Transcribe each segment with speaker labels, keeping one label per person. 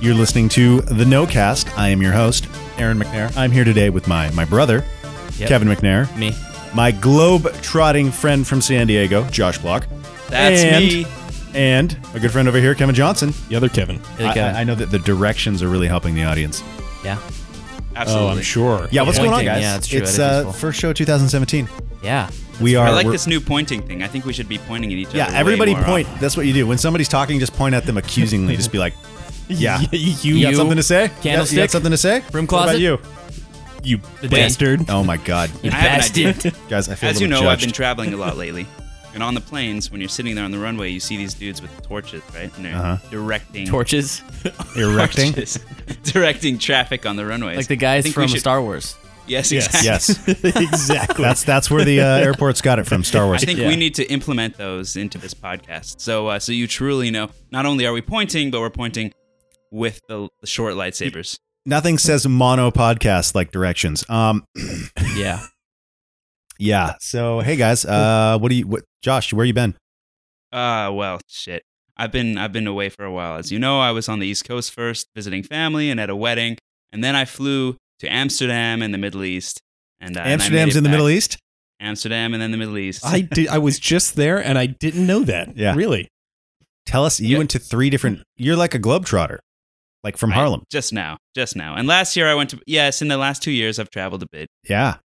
Speaker 1: You're listening to the NoCast. I am your host, Aaron McNair. I'm here today with my my brother,
Speaker 2: Yep.
Speaker 1: Kevin McNair,
Speaker 2: Me.
Speaker 1: my globe trotting friend from San Diego, Josh Block.
Speaker 2: That's
Speaker 1: and,
Speaker 2: me.
Speaker 1: And a good friend over here, Kevin Johnson.
Speaker 3: The other Kevin.
Speaker 2: Hey,
Speaker 1: I-
Speaker 2: Kevin.
Speaker 1: I, I know that the directions are really helping the audience.
Speaker 2: Yeah.
Speaker 3: Oh, I'm sure.
Speaker 1: Yeah, what's going on,
Speaker 2: Pointing,
Speaker 1: guys?
Speaker 2: yeah, it's true.
Speaker 1: It's
Speaker 2: That is
Speaker 1: uh,
Speaker 2: useful.
Speaker 1: first show 2017.
Speaker 2: Yeah.
Speaker 1: we are.
Speaker 4: I like
Speaker 1: we're-
Speaker 4: this new pointing thing. I think we should be pointing at each other.
Speaker 1: Yeah,
Speaker 4: way
Speaker 1: everybody
Speaker 4: more
Speaker 1: point.
Speaker 4: often.
Speaker 1: That's what you do. When somebody's talking, just point at them accusingly. just be like, "Yeah,
Speaker 3: you,
Speaker 1: you
Speaker 3: you,
Speaker 1: got
Speaker 2: You-
Speaker 1: something to say? Yeah, You got
Speaker 2: Candlestick?
Speaker 1: something to say?
Speaker 2: Broom
Speaker 1: What about
Speaker 2: closet?
Speaker 1: you?
Speaker 3: bastard.
Speaker 1: Oh my god,
Speaker 2: You
Speaker 4: I have an
Speaker 2: bastard.
Speaker 1: guys! I feel
Speaker 4: As
Speaker 1: a
Speaker 4: you know,
Speaker 1: little
Speaker 4: I've
Speaker 1: judged.
Speaker 4: been traveling a lot lately. And on the planes, when you're sitting there on the runway, you see these dudes with torches, right? And they're
Speaker 1: Uh-huh.
Speaker 4: directing
Speaker 2: Torches.
Speaker 1: erecting.
Speaker 4: torches. directing traffic on the runways.
Speaker 2: Like the
Speaker 4: I
Speaker 2: guys
Speaker 4: think
Speaker 2: from
Speaker 4: we should-
Speaker 2: Star Wars.
Speaker 4: Yes,
Speaker 3: Yes.
Speaker 4: exactly.
Speaker 1: Yes,
Speaker 3: exactly.
Speaker 1: that's that's where the uh, airports got it from. Star
Speaker 4: I
Speaker 1: Wars.
Speaker 4: think
Speaker 2: Yeah.
Speaker 4: we need to implement those into this podcast. So, uh, so you truly know. Not only are we pointing, but we're pointing with the, the short lightsabers.
Speaker 1: Nothing says mono podcast like directions. Um,
Speaker 2: Yeah.
Speaker 1: yeah. So hey guys, uh, what do you, what, Josh? Where you been?
Speaker 4: Ah, well, shit. I've been I've been away for a while. As you know, I was on the East Coast first, visiting family and at a wedding, and then I flew to Amsterdam in the Middle East. And uh, and I made
Speaker 1: Amsterdam's
Speaker 4: it
Speaker 1: in the
Speaker 4: back.
Speaker 1: Middle East. Ah,
Speaker 4: Amsterdam and then the Middle East.
Speaker 3: I did. I was just there, and I didn't know that.
Speaker 1: Yeah.
Speaker 3: really.
Speaker 1: Tell us, you
Speaker 4: Yeah.
Speaker 1: went to three different. You're like a globetrotter, like from
Speaker 4: I-
Speaker 1: Harlem.
Speaker 4: just now, just now. And last year I went to yes. In the last two years, I've traveled a bit,
Speaker 1: Yeah.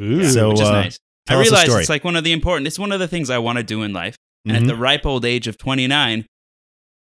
Speaker 3: Ooh.
Speaker 4: yeah,
Speaker 1: So,
Speaker 4: which is
Speaker 1: uh,
Speaker 4: nice.
Speaker 1: Tell
Speaker 4: I
Speaker 1: us a
Speaker 4: realize
Speaker 1: story.
Speaker 4: it's like one of the important. It's one of the things I want to do in life. And
Speaker 1: Mhm.
Speaker 4: at the ripe old age of 29,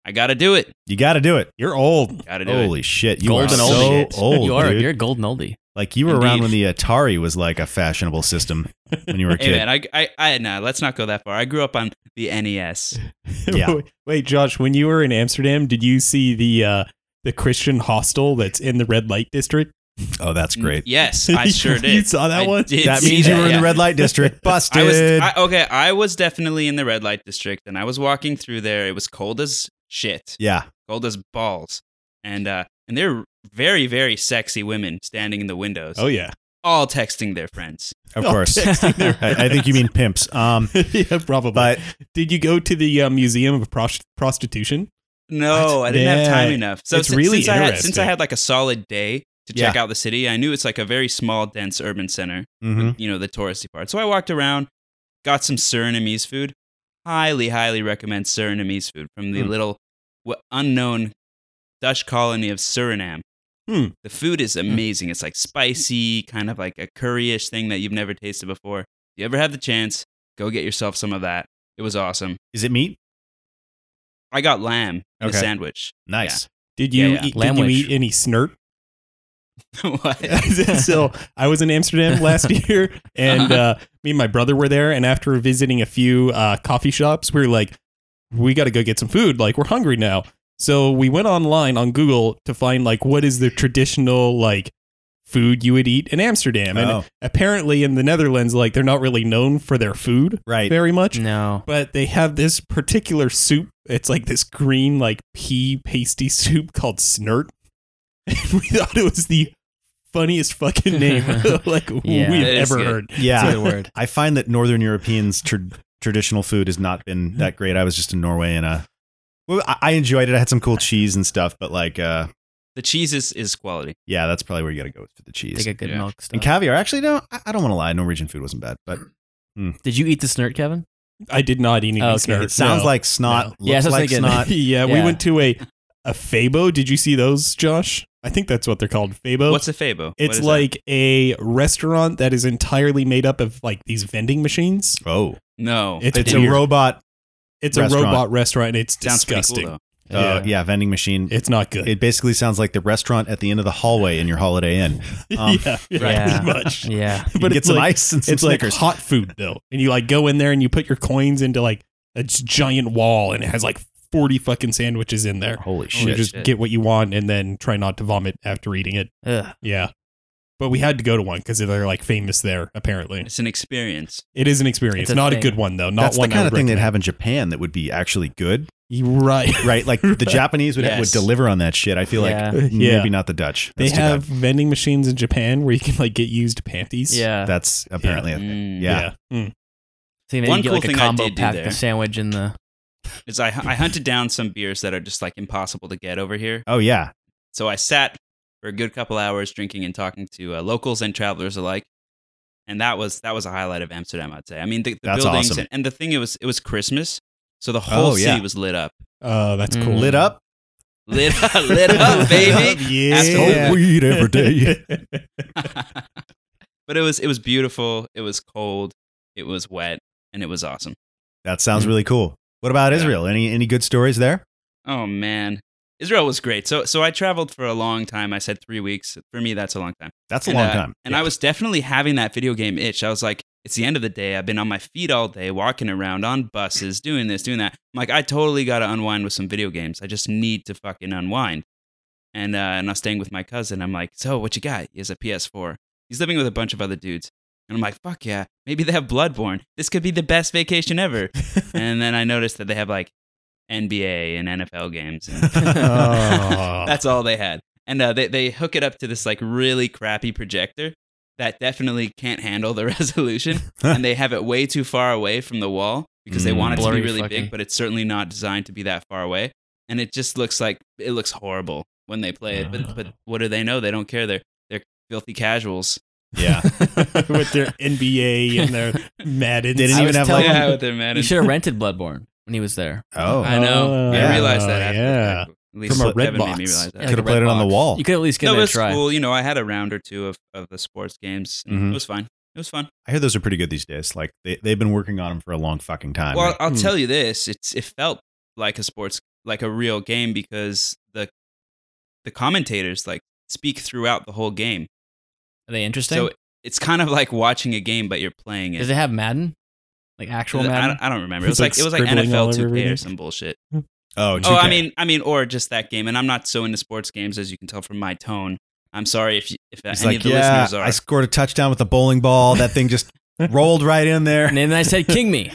Speaker 4: I got to do it.
Speaker 1: you got to do it.
Speaker 3: you're old.
Speaker 4: Got to do it.
Speaker 1: Holy shit! You
Speaker 2: golden
Speaker 1: are
Speaker 2: oldie.
Speaker 1: so old.
Speaker 2: you are.
Speaker 1: dude.
Speaker 2: You're a golden oldie.
Speaker 1: Like you were around when
Speaker 4: Indeed.
Speaker 1: the Atari was like a fashionable system when you were a
Speaker 4: Hey
Speaker 1: kid.
Speaker 4: man, I, I, I, nah, let's not go that far. I grew up on the E NES.
Speaker 1: Yeah.
Speaker 3: Wait, Josh. When you were in Amsterdam, did you see the uh, the Christian hostel that's in the red light district?
Speaker 1: oh, that's great.
Speaker 4: Yes, I sure did.
Speaker 3: you saw that
Speaker 4: I
Speaker 3: one.
Speaker 4: did
Speaker 1: That
Speaker 4: see
Speaker 1: means you were in
Speaker 4: yeah.
Speaker 1: the red light district. Busted.
Speaker 4: I was I, okay. I was definitely in the red light district, and I was walking through there. It was cold as shit,
Speaker 1: yeah.
Speaker 4: cold as balls, and uh, and they're very very sexy women standing in the windows,
Speaker 3: Oh yeah.
Speaker 4: all texting their friends.
Speaker 1: Of
Speaker 3: Oh,
Speaker 1: course. I,
Speaker 3: texting their
Speaker 1: I think you mean pimps. Um,
Speaker 3: yeah, probably.
Speaker 1: but
Speaker 3: did you go to the uh, Museum of Prost- Prostitution?
Speaker 4: No,
Speaker 3: What?
Speaker 4: I didn't have time
Speaker 3: Yeah.
Speaker 4: enough. So
Speaker 3: It's
Speaker 4: si-
Speaker 3: really
Speaker 4: since I had, since I
Speaker 3: interesting.
Speaker 4: had like a solid day to check out the city, I knew it's like a very small, dense urban center.
Speaker 1: mhm.
Speaker 4: you know, the touristy part. So I walked around, got some Surinamese food. Highly, highly recommend Surinamese food from the
Speaker 1: Hmm.
Speaker 4: little w- unknown Dutch colony of Suriname.
Speaker 3: Hmm.
Speaker 4: The food is amazing. It's like spicy, kind of like a curry-ish thing that you've never tasted before. If you ever have the chance, go get yourself some of that. It was awesome.
Speaker 1: is it meat?
Speaker 4: I got lamb in
Speaker 1: Okay.
Speaker 4: a sandwich.
Speaker 1: Nice.
Speaker 3: Did you
Speaker 4: Yeah, yeah.
Speaker 3: Eat, did you
Speaker 2: Lamwich.
Speaker 3: eat any snert?
Speaker 4: what?
Speaker 3: so I was in Amsterdam last year, and uh, me and my brother were there. And after visiting a few uh, coffee shops, we were like, "We got to go get some food. Like we're hungry now." So we went online on Google to find like what is the traditional like food you would eat in Amsterdam. And
Speaker 1: Oh.
Speaker 3: apparently in the Netherlands, like they're not really known for their food
Speaker 1: Right.
Speaker 3: very much.
Speaker 2: No.
Speaker 3: But they have this particular soup. It's like this green, like pea pasty soup called snert. And we thought it was the funniest fucking name like
Speaker 2: Yeah.
Speaker 3: we've
Speaker 4: It is
Speaker 3: ever
Speaker 4: good.
Speaker 3: heard.
Speaker 1: Yeah.
Speaker 2: Good word.
Speaker 1: I find that Northern Europeans' tr- traditional food has not been that great. I was just in Norway and uh, well, I, I enjoyed it. I had some cool cheese and stuff, but like, uh,
Speaker 4: the cheese is, is quality.
Speaker 1: yeah, that's probably where you got to go for the
Speaker 2: Take
Speaker 1: cheese
Speaker 2: a good
Speaker 4: Yeah.
Speaker 2: milk stuff.
Speaker 1: and caviar. Actually, no, I, I don't want to lie. Norwegian food wasn't bad, but
Speaker 2: Did you eat the snurt, Kevin?
Speaker 3: I did not eat any
Speaker 2: Oh, okay.
Speaker 3: snert.
Speaker 1: it sounds
Speaker 3: no.
Speaker 1: like snot.
Speaker 3: No.
Speaker 1: Looks
Speaker 2: Yeah, so it's
Speaker 1: like
Speaker 2: like an-
Speaker 1: snot.
Speaker 3: yeah, we
Speaker 2: Yeah.
Speaker 3: went to a a fabo. Did you see those, Josh? I think that's what they're called, fabo.
Speaker 4: What's a fabo? What
Speaker 3: it's
Speaker 4: is that?
Speaker 3: like a restaurant that is entirely made up of like these vending machines.
Speaker 1: oh,
Speaker 4: no.
Speaker 3: It's,
Speaker 1: it's a
Speaker 3: weird.
Speaker 1: robot.
Speaker 3: It's
Speaker 1: restaurant.
Speaker 3: a robot restaurant. And it's
Speaker 4: Sounds pretty
Speaker 3: disgusting.
Speaker 4: cool
Speaker 1: Uh, yeah. vending machine.
Speaker 3: It's not good.
Speaker 1: It basically sounds like the restaurant at the end of the hallway in your Holiday Inn. Um,
Speaker 3: yeah, yeah,
Speaker 2: right.
Speaker 3: pretty much.
Speaker 2: Yeah.
Speaker 1: You can get
Speaker 3: it's
Speaker 1: some
Speaker 3: like,
Speaker 1: ice and some
Speaker 3: It's like
Speaker 1: Snickers.
Speaker 3: hot food though, and you like go in there and you put your coins into like a j- giant wall, and it has like forty fucking sandwiches in there.
Speaker 1: Holy
Speaker 3: And you
Speaker 1: Oh, shit!
Speaker 3: just
Speaker 4: shit.
Speaker 3: get what you want, and then try not to vomit after eating it.
Speaker 2: Ugh.
Speaker 3: Yeah, but we had to go to one because they're like famous there.
Speaker 4: though.
Speaker 3: Apparently,
Speaker 4: It's an experience.
Speaker 3: it is an experience,
Speaker 2: It's a
Speaker 3: not
Speaker 2: thing.
Speaker 3: a good one though. Not
Speaker 1: That's the
Speaker 3: one
Speaker 1: kind
Speaker 3: I
Speaker 1: of
Speaker 3: would
Speaker 1: thing they'd
Speaker 3: recommend.
Speaker 1: have in Japan that would be actually good,
Speaker 3: You right.
Speaker 1: right? Like the Japanese would, would
Speaker 4: Yes.
Speaker 1: deliver on that shit. I feel
Speaker 2: Yeah.
Speaker 1: like
Speaker 3: Yeah.
Speaker 1: maybe not the Dutch.
Speaker 3: They
Speaker 1: That's too
Speaker 3: have vending machines in Japan where you can like get used panties.
Speaker 2: Yeah.
Speaker 1: bad. that's apparently a thing.
Speaker 4: Mm.
Speaker 1: Yeah.
Speaker 3: yeah. Mm.
Speaker 2: so maybe
Speaker 4: One
Speaker 2: you get
Speaker 4: cool
Speaker 2: like a
Speaker 4: thing I
Speaker 2: combo
Speaker 4: did do
Speaker 2: pack,
Speaker 4: there.
Speaker 2: the sandwich, and the.
Speaker 4: is I, I hunted down some beers that are just like impossible to get over here.
Speaker 1: Oh yeah,
Speaker 4: So I sat for a good couple hours drinking and talking to uh, locals and travelers alike. And that was that was a highlight of Amsterdam, I'd say. I mean, the, the
Speaker 1: That's
Speaker 4: buildings
Speaker 1: awesome.
Speaker 4: and, and the thing it was it was Christmas, so the whole
Speaker 1: Oh, yeah.
Speaker 4: city was lit up,
Speaker 3: Oh, that's
Speaker 2: Mm.
Speaker 3: cool.
Speaker 1: Lit up,
Speaker 4: lit up, lit up, baby.
Speaker 1: Smoke weed every day.
Speaker 4: but it was it was beautiful. It was cold. It was wet, and it was awesome.
Speaker 1: that sounds really cool. What about
Speaker 4: Yeah.
Speaker 1: Israel? Any any good stories there?
Speaker 4: Oh man, Israel was great. So so I traveled for a long time. I said three weeks. For me, that's a long time.
Speaker 1: That's a
Speaker 4: And,
Speaker 1: long
Speaker 4: uh,
Speaker 1: time.
Speaker 4: And I was definitely having that video game itch. I was like, it's the end of the day. I've been on my feet all day, walking around on buses, doing this, doing that. I'm like, I totally got to unwind with some video games. I just need to fucking unwind. And, uh, and I was staying with my cousin. I'm like, so what you got? He has a PS4. He's living with a bunch of other dudes. And I'm like, fuck yeah, maybe they have Bloodborne. This could be the best vacation ever. and then I noticed that they have like NBA and NFL games. And
Speaker 3: Oh.
Speaker 4: that's all they had. And uh, they, they hook it up to this like really crappy projector that definitely can't handle the resolution. and they have it way too far away from the wall because they
Speaker 1: Mm.
Speaker 4: want it to be
Speaker 2: Blurry
Speaker 4: really
Speaker 2: fucking.
Speaker 4: big, but it's certainly not designed to be that far away. And it just looks like it looks horrible when they play it. But, but what do they know? They don't care. They're, they're filthy casuals.
Speaker 1: yeah,
Speaker 3: with their NBA and their Madden.
Speaker 1: They didn't
Speaker 2: I
Speaker 1: even
Speaker 2: was
Speaker 1: have
Speaker 2: telling-
Speaker 1: like.
Speaker 4: yeah, with their
Speaker 2: You
Speaker 4: Madden.
Speaker 2: should have rented Bloodborne when he was there.
Speaker 1: Oh,
Speaker 4: I
Speaker 1: Oh,
Speaker 4: know. I realized that. After the
Speaker 3: yeah.
Speaker 4: fact. At least
Speaker 3: From a
Speaker 4: Kevin
Speaker 3: red
Speaker 4: made me
Speaker 3: box.
Speaker 4: realize that.
Speaker 2: Yeah,
Speaker 1: could
Speaker 2: the
Speaker 1: have played
Speaker 2: red
Speaker 1: it on the
Speaker 2: box.
Speaker 1: wall.
Speaker 2: You could at least give
Speaker 4: No,
Speaker 2: it
Speaker 4: it
Speaker 2: a
Speaker 4: was
Speaker 2: try.
Speaker 4: cool. You know, I had a round or two of, of the sports games. and
Speaker 1: Mhm.
Speaker 4: It was fun. It was fun.
Speaker 1: I hear those are pretty good these days. Like they they've been working on them for a long fucking time.
Speaker 4: Well,
Speaker 1: right?
Speaker 4: I'll
Speaker 3: Hmm.
Speaker 4: tell you this: it's it felt like a sports, like a real game, because the the commentators like speak throughout the whole game.
Speaker 2: Are they interesting?
Speaker 4: So it's kind of like watching a game, but you're playing it.
Speaker 2: Does it have Madden? Like actual
Speaker 4: Uh, I,
Speaker 2: Madden?
Speaker 4: don't, I don't remember. It was
Speaker 3: It's like
Speaker 4: like, it was like
Speaker 3: scribbling all
Speaker 4: NFL
Speaker 3: over
Speaker 4: 2K or
Speaker 3: everything.
Speaker 4: some bullshit.
Speaker 1: oh,
Speaker 4: Oh, I
Speaker 1: 2K.
Speaker 4: mean, I mean, or just that game. And I'm not so into sports games as you can tell from my tone. I'm sorry if you, if uh,
Speaker 1: He's
Speaker 4: any
Speaker 1: like,
Speaker 4: of the
Speaker 1: yeah,
Speaker 4: listeners are.
Speaker 1: I scored a touchdown with a bowling ball. That thing just rolled right in there.
Speaker 2: And then I said, "King me."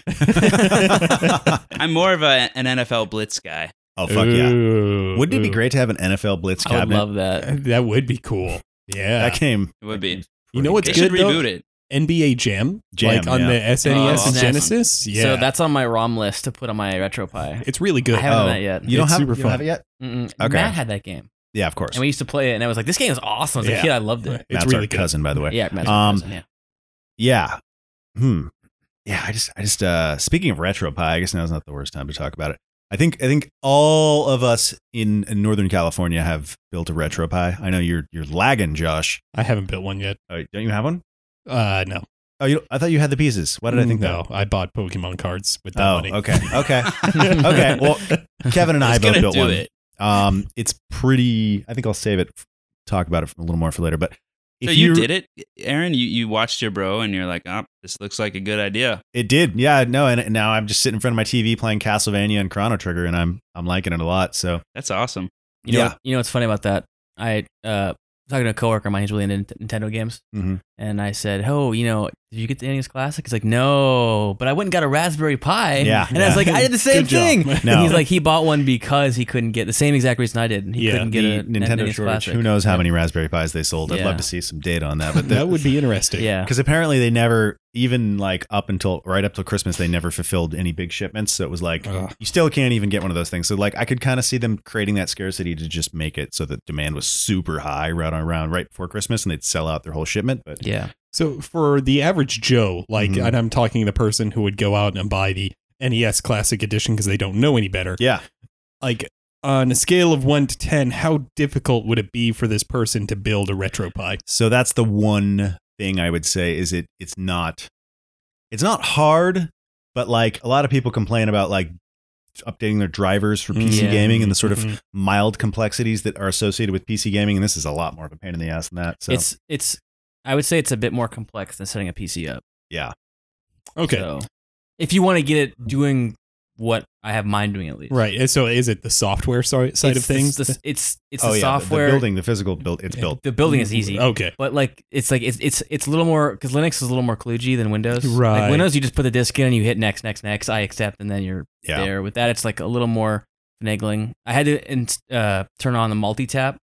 Speaker 4: I'm more of a, an NFL blitz guy.
Speaker 1: oh fuck yeah!
Speaker 3: Ooh,
Speaker 1: Wouldn't it be
Speaker 3: ooh.
Speaker 1: great to have an NFL Blitz
Speaker 2: I
Speaker 1: cabinet?
Speaker 2: would love that.
Speaker 3: That would be cool. Yeah.
Speaker 1: That came.
Speaker 4: It would be.
Speaker 3: Mm-hmm. you know what's
Speaker 4: They
Speaker 3: good
Speaker 4: should
Speaker 3: though?
Speaker 4: reboot it.
Speaker 3: NBA Jam,
Speaker 1: Jam,
Speaker 3: like on
Speaker 1: yeah.
Speaker 3: the SNES
Speaker 4: Oh,
Speaker 3: and
Speaker 4: awesome.
Speaker 3: Genesis. Yeah,
Speaker 2: So that's on my ROM list to put on my RetroPie.
Speaker 3: it's really good. Uh,
Speaker 2: I haven't
Speaker 1: Oh.
Speaker 2: done that yet.
Speaker 1: You don't,
Speaker 3: It's
Speaker 1: have,
Speaker 3: super
Speaker 1: you don't have it
Speaker 3: fun.
Speaker 1: yet?
Speaker 2: Mm-mm.
Speaker 1: Okay.
Speaker 2: Matt had that game,
Speaker 1: Yeah, of course.
Speaker 2: and we used to play it, and I was like, "This game is awesome." As a
Speaker 3: Yeah.
Speaker 2: kid, I loved
Speaker 3: it's
Speaker 2: it.
Speaker 1: That's
Speaker 3: really
Speaker 1: our
Speaker 3: good.
Speaker 1: cousin, by the way.
Speaker 2: Yeah, Matt's
Speaker 1: Um,
Speaker 2: cousin, yeah.
Speaker 1: Yeah. Hmm. Yeah, I just I just uh speaking of RetroPie, I guess now's not the worst time to talk about it. I think I think all of us in, in Northern California have built a RetroPie. I know you're you're lagging, Josh.
Speaker 3: I haven't built one yet.
Speaker 1: Uh, don't you have one?
Speaker 3: Uh, no.
Speaker 1: Oh, you, I thought you had the pieces. Why did I think
Speaker 3: No, I bought Pokemon cards with
Speaker 1: that?
Speaker 3: that
Speaker 1: Oh,
Speaker 3: money.
Speaker 1: okay, okay, okay. Well, Kevin and I
Speaker 4: He's
Speaker 1: both
Speaker 4: gonna
Speaker 1: built
Speaker 4: do
Speaker 1: one.
Speaker 4: it.
Speaker 1: Um, it's pretty. I think I'll save it. Talk about it a little more for later. But if
Speaker 4: So you, did it, E, Aaron. You you watched your bro, and you're like, "Ah, this looks like a good idea."
Speaker 1: It did, yeah. No, and and now I'm just sitting in front of my TV playing Castlevania and Chrono Trigger, and I'm I'm liking it a lot. So
Speaker 4: That's awesome.
Speaker 2: You know,
Speaker 1: Yeah.
Speaker 2: what- you know what's funny about that? I uh talking to a coworker of mine who's really into Nint- Nintendo games,
Speaker 1: Mhm.
Speaker 2: and I said, "Oh, you know, did you get the NES Classic?" He's like, "No, but I went and got a Raspberry Pi."
Speaker 1: yeah,
Speaker 2: And I was like, I did the same
Speaker 3: Good job.
Speaker 2: thing.
Speaker 1: No.
Speaker 2: And he's like, he bought one because he couldn't get the same exact reason I did. He
Speaker 3: Yeah,
Speaker 2: couldn't get
Speaker 1: the
Speaker 2: a
Speaker 1: Nintendo
Speaker 2: NES
Speaker 1: shortage.
Speaker 2: Classic.
Speaker 1: Who knows how many Raspberry Pis they sold? I'd
Speaker 2: Yeah.
Speaker 1: love to see some data on that. But
Speaker 3: that would be interesting.
Speaker 2: Yeah.
Speaker 1: because apparently they never, even like up until right up till Christmas, they never fulfilled any big shipments. So it was like
Speaker 3: Ugh.
Speaker 1: you still can't even get one of those things. So like I could kind of see them creating that scarcity to just make it so that demand was super high right around right before Christmas, and they'd sell out their whole shipment. But
Speaker 2: Yeah.
Speaker 3: So for the average Joe, like,
Speaker 1: Mhm.
Speaker 3: and I'm talking the person who would go out and buy the NES Classic Edition because they don't know any better.
Speaker 1: yeah,
Speaker 3: Like on a scale of one to ten, how difficult would it be for this person to build a RetroPie?
Speaker 1: So that's the one thing I would say is it it's not it's not hard, but like a lot of people complain about like updating their drivers for PC
Speaker 2: Yeah.
Speaker 1: gaming and the sort of
Speaker 3: Mhm.
Speaker 1: mild complexities that are associated with PC gaming, and this is a lot more of a pain in the ass than that. So
Speaker 2: It's it's I would say it's a bit more complex than setting a PC up.
Speaker 3: okay,
Speaker 2: So if you want to get it doing what I have mine doing at least.
Speaker 3: right. And So is it the software si- side
Speaker 2: It's
Speaker 3: of things?
Speaker 2: The, it's it's
Speaker 1: oh
Speaker 2: the
Speaker 1: yeah,
Speaker 2: software
Speaker 1: the, the building, the physical build, it's built.
Speaker 2: The building
Speaker 3: Mm-hmm.
Speaker 2: is easy.
Speaker 3: Okay.
Speaker 2: But like it's like it's it's it's a little more because Linux is a little more kludgy than Windows.
Speaker 3: Right.
Speaker 2: Like Windows, you just put the disk in and you hit next, next, next. I accept, and then you're
Speaker 1: Yeah.
Speaker 2: there. With that, it's like a little more finagling. I had to in, uh, turn on the multi tap.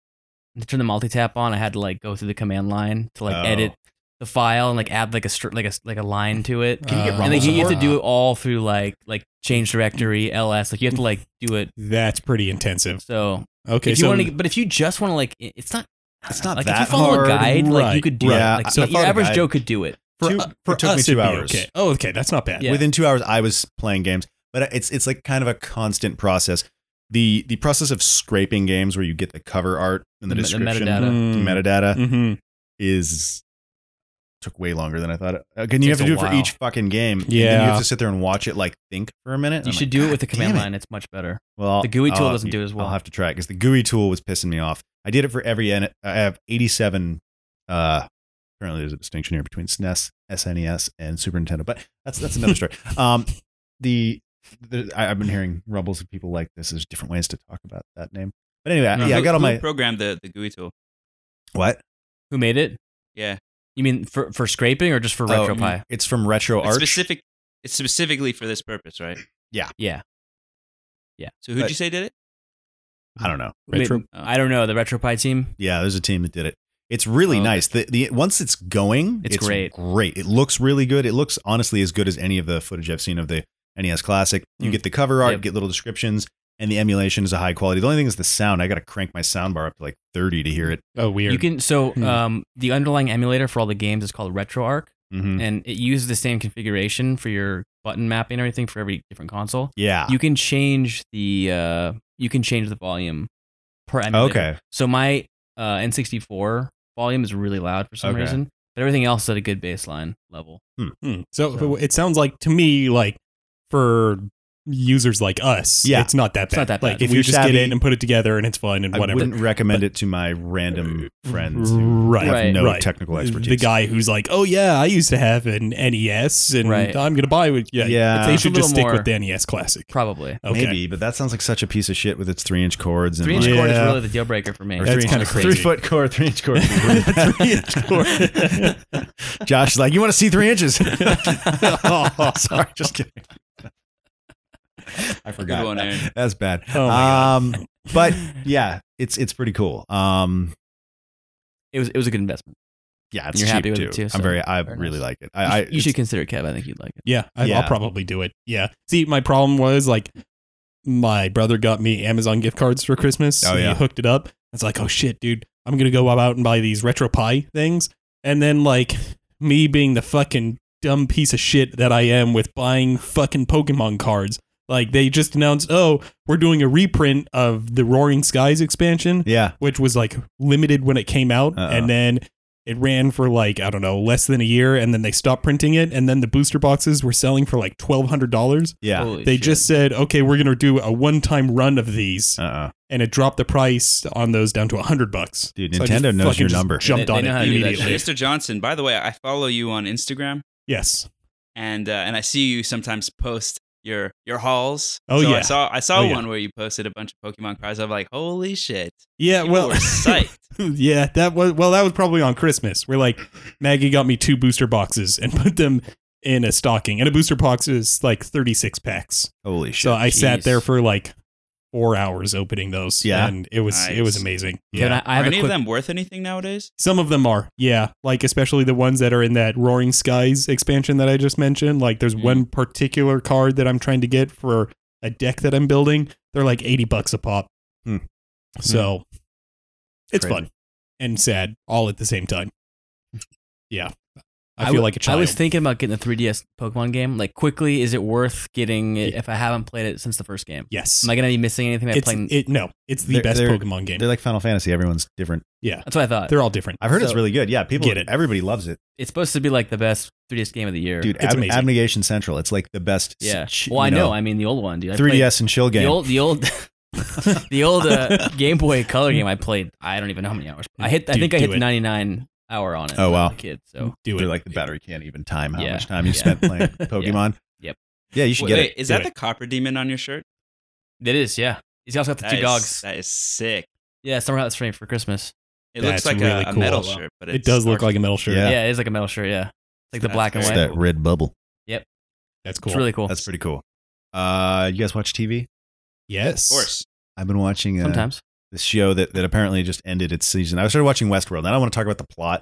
Speaker 2: To turn the multi tap on, I had to like go through the command line to like
Speaker 1: Oh.
Speaker 2: edit the file and like add like a str- like a like a line to it.
Speaker 3: Can you get
Speaker 2: and like,
Speaker 3: Rumble
Speaker 2: you have to
Speaker 3: support?
Speaker 2: do it all through like like change directory ls. Like you have to like do it.
Speaker 3: That's pretty intensive.
Speaker 2: So
Speaker 3: Okay,
Speaker 2: if you
Speaker 3: so
Speaker 2: want to, but if you just want to like, i- it's not. I
Speaker 1: It's
Speaker 2: don't know,
Speaker 1: not
Speaker 2: like
Speaker 1: that
Speaker 2: if you follow
Speaker 1: hard.
Speaker 2: a guide, like you
Speaker 3: Right,
Speaker 2: could do
Speaker 1: yeah.
Speaker 2: it. Like,
Speaker 1: So I
Speaker 2: your
Speaker 1: followed a
Speaker 2: average
Speaker 1: guide.
Speaker 2: Joe could do it.
Speaker 3: for,
Speaker 1: two-
Speaker 3: uh, for
Speaker 1: it took me
Speaker 3: us,
Speaker 1: two
Speaker 3: it'd be
Speaker 1: hours.
Speaker 3: Okay. Oh, okay, that's not bad.
Speaker 2: Yeah.
Speaker 1: Within two hours, I was playing games, but it's it's like kind of a constant process. The the process of scraping games where you get the cover art and the,
Speaker 2: The me- the
Speaker 1: description,
Speaker 2: metadata.
Speaker 1: the metadata
Speaker 3: Mm-hmm.
Speaker 1: is took way longer than I thought. it- Again, you
Speaker 2: Takes
Speaker 1: have to
Speaker 2: a
Speaker 1: do it for
Speaker 2: while.
Speaker 1: each fucking game. and then you
Speaker 3: Yeah.
Speaker 1: have to sit there and watch it like think for a minute.
Speaker 2: You should do it with the command line. It's much better.
Speaker 1: Well,
Speaker 2: The GUI tool
Speaker 1: I'll-
Speaker 2: doesn't do it as well.
Speaker 1: I'll have to try it because the GUI tool was pissing me off. I did it for every. N- I have 87. Uh, apparently, there's a distinction here between E SNES, SNES, and Super Nintendo, but that's that's another story. Um, the, the I, I've been hearing rumbles of people like this. There's different ways to talk about that name, but anyway, I-
Speaker 2: No.
Speaker 1: yeah, I
Speaker 4: Who-
Speaker 1: got all
Speaker 4: who
Speaker 1: my
Speaker 4: programmed the, the GUI tool.
Speaker 1: what
Speaker 2: Who made it?
Speaker 4: Yeah,
Speaker 2: You mean for for scraping or just for
Speaker 1: Oh,
Speaker 2: RetroPie?
Speaker 1: It's from Retro
Speaker 4: it's
Speaker 1: Arch.
Speaker 4: specific. It's specifically for this purpose, right?
Speaker 2: Yeah,
Speaker 4: So who'd
Speaker 1: But-
Speaker 4: you say did it?
Speaker 1: I don't know.
Speaker 2: I mean,
Speaker 3: Retro-
Speaker 2: I don't know the RetroPie team.
Speaker 1: Yeah, there's a team that did it. It's really
Speaker 4: Oh, okay.
Speaker 1: nice. The, the once it's going,
Speaker 2: It's great.
Speaker 1: Great. It looks really good. It looks honestly as good as any of the footage I've seen of the NES Classic. You
Speaker 3: Mm.
Speaker 1: get the cover art,
Speaker 2: Hmm. Yep.
Speaker 1: get little descriptions, and the emulation is a high quality. The only thing is the sound. I got to crank my sound bar up to like 30 to hear it.
Speaker 3: Oh, weird.
Speaker 2: You can so
Speaker 3: Hmm.
Speaker 2: um, the underlying emulator for all the games is called RetroArch,
Speaker 1: Mm-hmm.
Speaker 2: and it uses the same configuration for your button mapping and everything for every different console.
Speaker 1: Yeah.
Speaker 2: You can change the uh, you can change the volume per emulator.
Speaker 1: okay.
Speaker 2: So my uh, N64 volume is really loud for some
Speaker 1: Okay.
Speaker 2: reason, but everything else is at a good baseline level.
Speaker 3: Hmm. So,
Speaker 2: So-
Speaker 3: it sounds like to me, like for users like us,
Speaker 1: Yeah.
Speaker 3: it's not that bad.
Speaker 2: It's not that
Speaker 3: Like
Speaker 2: bad.
Speaker 3: if
Speaker 1: If
Speaker 3: you
Speaker 1: you're
Speaker 3: just get
Speaker 1: savvy-
Speaker 3: in and put it together and it's fun and
Speaker 1: I
Speaker 3: whatever. Mm-hmm.
Speaker 1: wouldn't recommend it to my random friends who
Speaker 3: Right.
Speaker 1: have
Speaker 2: Right.
Speaker 1: no
Speaker 3: Right.
Speaker 1: technical expertise.
Speaker 3: The guy who's like, oh yeah, I used to have an NES and
Speaker 2: Right.
Speaker 3: I'm gonna buy it. Yeah,
Speaker 1: Yeah.
Speaker 3: they
Speaker 2: It's a
Speaker 3: should
Speaker 2: little
Speaker 3: just stick
Speaker 2: more-
Speaker 3: with the NES Classic.
Speaker 2: Probably.
Speaker 3: Okay.
Speaker 1: Maybe, but that sounds like such a piece of shit with its three inch chords and
Speaker 2: Three inch
Speaker 1: like,
Speaker 2: cord is
Speaker 3: Yeah.
Speaker 2: really the deal breaker for me.
Speaker 1: or
Speaker 3: That's
Speaker 1: three-
Speaker 3: kinda crazy.
Speaker 1: Three foot cord, three inch cord.
Speaker 3: Three-inch cord.
Speaker 1: Josh is like, you want to see three inches? oh, sorry, just kidding. I forgot.
Speaker 4: one,
Speaker 1: that.
Speaker 4: Aaron.
Speaker 1: That's bad.
Speaker 3: Oh my
Speaker 1: um, but yeah, it's it's pretty cool. Um,
Speaker 2: It was it was a good investment.
Speaker 1: yeah, it's
Speaker 2: You're
Speaker 1: cheap
Speaker 2: happy with
Speaker 1: too.
Speaker 2: it too, so
Speaker 1: I'm very, I
Speaker 2: fair
Speaker 1: really
Speaker 2: enough.
Speaker 1: like it.
Speaker 2: You,
Speaker 1: I,
Speaker 2: sh- you
Speaker 1: I
Speaker 2: should consider it, Kev. I think you'd like it.
Speaker 3: Yeah, I,
Speaker 1: Yeah.
Speaker 3: I'll probably do it. Yeah. See, my problem was like my brother got me Amazon gift cards for Christmas.
Speaker 1: Oh,
Speaker 3: and
Speaker 1: yeah.
Speaker 3: He hooked it up. It's like, oh shit, dude, I'm gonna go out and buy these RetroPie things. And then like me being the fucking dumb piece of shit that I am with buying fucking Pokemon cards. Like they just announced, oh, we're doing a reprint of the Roaring Skies expansion
Speaker 1: yeah,
Speaker 3: which was like limited when it came out
Speaker 1: Uh-uh.
Speaker 3: and then it ran for like i don't know less than a year and then they stopped printing it and then the booster boxes were selling for like $1200
Speaker 1: yeah.
Speaker 2: Holy
Speaker 3: they
Speaker 2: shit.
Speaker 3: just said okay we're going to do a one-time run of these
Speaker 1: Uh-uh.
Speaker 3: and it dropped the price on those down to 100 bucks
Speaker 1: Dude,
Speaker 3: So I
Speaker 1: Nintendo
Speaker 3: just
Speaker 1: knows
Speaker 3: fucking
Speaker 1: your
Speaker 3: just
Speaker 1: number.
Speaker 2: They-
Speaker 3: jumped
Speaker 2: they
Speaker 3: on
Speaker 2: know how
Speaker 3: it
Speaker 2: to do Uh, that
Speaker 3: immediately
Speaker 4: Mr. Johnson, by the way, I follow you on Instagram,
Speaker 3: yes
Speaker 4: and uh, and I see you sometimes post your your hauls.
Speaker 3: Oh,
Speaker 4: so I
Speaker 3: yeah.
Speaker 4: saw I saw
Speaker 3: Oh, yeah.
Speaker 4: one where you posted a bunch of Pokemon cards. I'm like, holy shit!
Speaker 1: Uh,
Speaker 3: yeah
Speaker 4: People
Speaker 3: well
Speaker 4: were psyched.
Speaker 3: yeah that was well that was probably on christmas where like maggie got me two booster boxes and put them in a stocking and a booster box is like 36 packs
Speaker 1: Holy shit.
Speaker 3: So I sat
Speaker 2: Jeez.
Speaker 3: there for like four hours opening those.
Speaker 1: Yeah.
Speaker 3: and it was it was
Speaker 4: Nice.
Speaker 3: amazing.
Speaker 2: Kevin,
Speaker 3: Yeah,
Speaker 2: I, I
Speaker 4: Are
Speaker 2: have a
Speaker 4: any
Speaker 2: quick
Speaker 4: of them worth anything nowadays?
Speaker 3: some of them are. Yeah, like especially the ones that are in that Roaring Skies expansion that I just mentioned. Like, there's
Speaker 4: Mm.
Speaker 1: Mm-hmm.
Speaker 3: one particular card that I'm trying to get for a deck that I'm building. They're like eighty bucks a pop.
Speaker 1: Hmm.
Speaker 3: So it's
Speaker 1: Crazy.
Speaker 3: fun and sad all at the same time. Yeah, I, feel
Speaker 2: w-
Speaker 3: like a child.
Speaker 2: I was thinking about getting a 3DS Pokemon game. Like, quickly, is it worth getting it
Speaker 3: Yeah.
Speaker 2: if I haven't played it since the first game?
Speaker 3: yes,
Speaker 2: Am I gonna be missing anything by
Speaker 3: it's
Speaker 2: playing?
Speaker 3: it. No, it's the
Speaker 1: They're-
Speaker 3: best
Speaker 1: they're-
Speaker 3: Pokemon game.
Speaker 1: They're like Final Fantasy. Everyone's different.
Speaker 2: That's what I thought.
Speaker 3: They're all different.
Speaker 1: I've heard it's
Speaker 2: So-
Speaker 1: really good. Yeah, people
Speaker 3: Get it.
Speaker 1: Everybody loves it,
Speaker 2: It's supposed to be like the best 3DS game of the year,
Speaker 1: dude.
Speaker 3: It's
Speaker 1: Ab-
Speaker 3: amazing.
Speaker 1: Abnegation Central. It's like the best.
Speaker 2: Yeah.
Speaker 1: ch-
Speaker 2: Well, I
Speaker 1: you
Speaker 2: know. I mean, the old one, dude. I played
Speaker 1: 3DS and chill
Speaker 2: The
Speaker 1: game.
Speaker 2: old, the old, the old uh, Game Boy Color game. I played. I don't even know how many hours. I hit. I
Speaker 3: Dude,
Speaker 2: think I
Speaker 3: do
Speaker 2: hit the
Speaker 3: it.
Speaker 2: 99 hour on it.
Speaker 1: Oh,
Speaker 2: when I
Speaker 1: wow.
Speaker 2: was a kid. So
Speaker 3: Do
Speaker 1: They're
Speaker 3: it.
Speaker 1: like the battery can't even time how
Speaker 2: Yeah.
Speaker 1: much time you
Speaker 2: Yeah.
Speaker 1: spent playing Pokemon.
Speaker 2: Yep.
Speaker 1: Yeah, you should
Speaker 4: Wait,
Speaker 1: get
Speaker 4: wait,
Speaker 1: it.
Speaker 4: is
Speaker 3: Do
Speaker 4: that
Speaker 3: it.
Speaker 4: the Copper Demon on your shirt?
Speaker 2: it is. Yeah. He's also got the
Speaker 4: That
Speaker 2: two
Speaker 4: is-
Speaker 2: dogs.
Speaker 4: That is sick.
Speaker 2: Yeah, somewhere that's framed for Christmas.
Speaker 4: It
Speaker 3: That's
Speaker 4: looks like
Speaker 3: really
Speaker 4: a, a
Speaker 3: cool.
Speaker 4: metal shirt, but
Speaker 3: It does look like a metal shirt.
Speaker 1: Yeah.
Speaker 2: Yeah. it is like a metal shirt. Yeah, it's like the
Speaker 4: That's
Speaker 2: black and
Speaker 1: It's
Speaker 4: very
Speaker 2: white.
Speaker 1: that red bubble.
Speaker 3: That's cool.
Speaker 2: It's really cool.
Speaker 1: That's pretty cool. Uh, you guys watch TV?
Speaker 3: yes.
Speaker 4: Of course.
Speaker 1: I've been watching uh,
Speaker 2: Sometimes.
Speaker 1: this show that, that apparently just ended its season. I started watching Westworld. and I don't want to talk about the plot,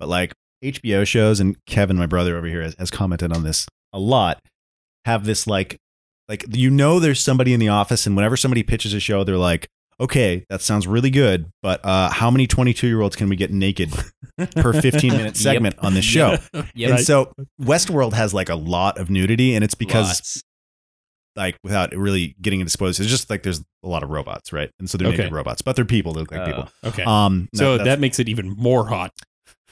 Speaker 1: but like HBO shows, and Kevin, my brother over here, has, has commented on this a lot. Have this like, like you know, there's somebody in the office, and whenever somebody pitches a show, they're like, "Okay, that sounds really good, but uh, how many 22 year olds can we get naked per 15 minute segment on this show?"
Speaker 2: Yep.
Speaker 1: And so Westworld has like a lot of nudity, and it's because
Speaker 4: Lots.
Speaker 1: like without really getting into spoilers, it's just like there's a lot of robots, right? And so they're
Speaker 3: Okay.
Speaker 1: naked robots, but they're people. They look like
Speaker 2: Oh.
Speaker 1: people.
Speaker 3: Okay.
Speaker 1: Um, no,
Speaker 3: so
Speaker 1: that's-
Speaker 3: that makes it even more hot.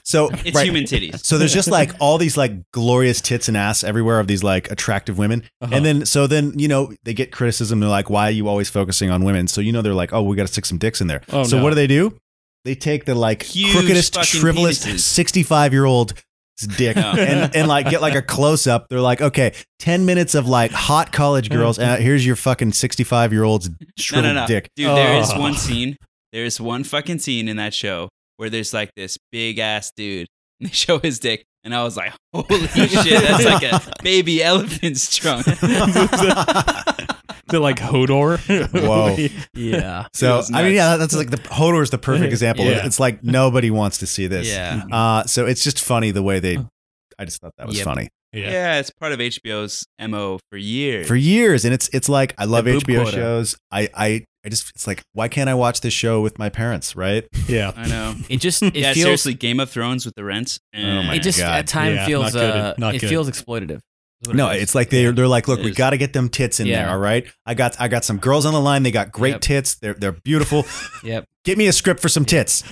Speaker 1: so
Speaker 4: it's
Speaker 1: right.
Speaker 4: human titties.
Speaker 1: So there's just like all these like glorious tits and ass everywhere of these like attractive women.
Speaker 3: Uh-huh.
Speaker 1: And then so then, you know, they get criticism. They're like, why are you always focusing on women? So you know they're like, oh, we gotta stick some dicks in there.
Speaker 3: Oh,
Speaker 1: so
Speaker 3: no.
Speaker 1: what do they do? They take the like
Speaker 4: Huge
Speaker 1: crookedest,
Speaker 4: fucking
Speaker 1: shrivelest,
Speaker 4: penises.
Speaker 1: sixty five year old dick
Speaker 4: No.
Speaker 1: and, and like get like a close up. They're like, okay, ten minutes of like hot college girls, and here's your fucking sixty five year old's
Speaker 4: no,
Speaker 1: shriveled
Speaker 4: no, no,
Speaker 1: dick.
Speaker 4: dude. There is
Speaker 3: Oh.
Speaker 4: one scene. There is one fucking scene in that show where there's like this big ass dude. And they show his dick, and I was like, "Holy shit, that's like a baby elephant's trunk."
Speaker 3: They're like Hodor.
Speaker 1: Whoa.
Speaker 2: yeah.
Speaker 1: So
Speaker 4: Feels
Speaker 1: I mean,
Speaker 4: nuts.
Speaker 1: yeah, that's like the Hodor is the perfect example.
Speaker 3: Yeah.
Speaker 1: It's like nobody wants to see this.
Speaker 2: Yeah.
Speaker 1: Uh, so it's just funny the way they. I just thought that was
Speaker 2: Yep.
Speaker 1: funny
Speaker 4: yeah.
Speaker 3: yeah.
Speaker 4: it's part of HBO's mo for years.
Speaker 1: for years, and it's it's like I love
Speaker 2: The boob
Speaker 1: HBO
Speaker 2: quota.
Speaker 1: shows. I I I just it's like why can't I watch this show with my parents? Right?
Speaker 3: Yeah.
Speaker 4: I know.
Speaker 2: It just it
Speaker 4: yeah,
Speaker 2: feels
Speaker 4: seriously, Game of Thrones with the rents.
Speaker 1: Oh my
Speaker 2: it just
Speaker 1: God.
Speaker 2: at time
Speaker 3: Yeah,
Speaker 2: feels
Speaker 3: not good.
Speaker 2: uh,
Speaker 3: Not
Speaker 2: it
Speaker 3: good.
Speaker 2: feels exploitative. is what it
Speaker 1: No,
Speaker 2: is.
Speaker 1: it's like they they're like, look,
Speaker 4: It
Speaker 1: we
Speaker 4: is.
Speaker 1: got to get them tits in
Speaker 2: Yeah.
Speaker 1: there. All right, I got I got some girls on the line. They got great
Speaker 2: Yep.
Speaker 1: tits. They're they're beautiful.
Speaker 2: Yep.
Speaker 1: Get me a script for some tits.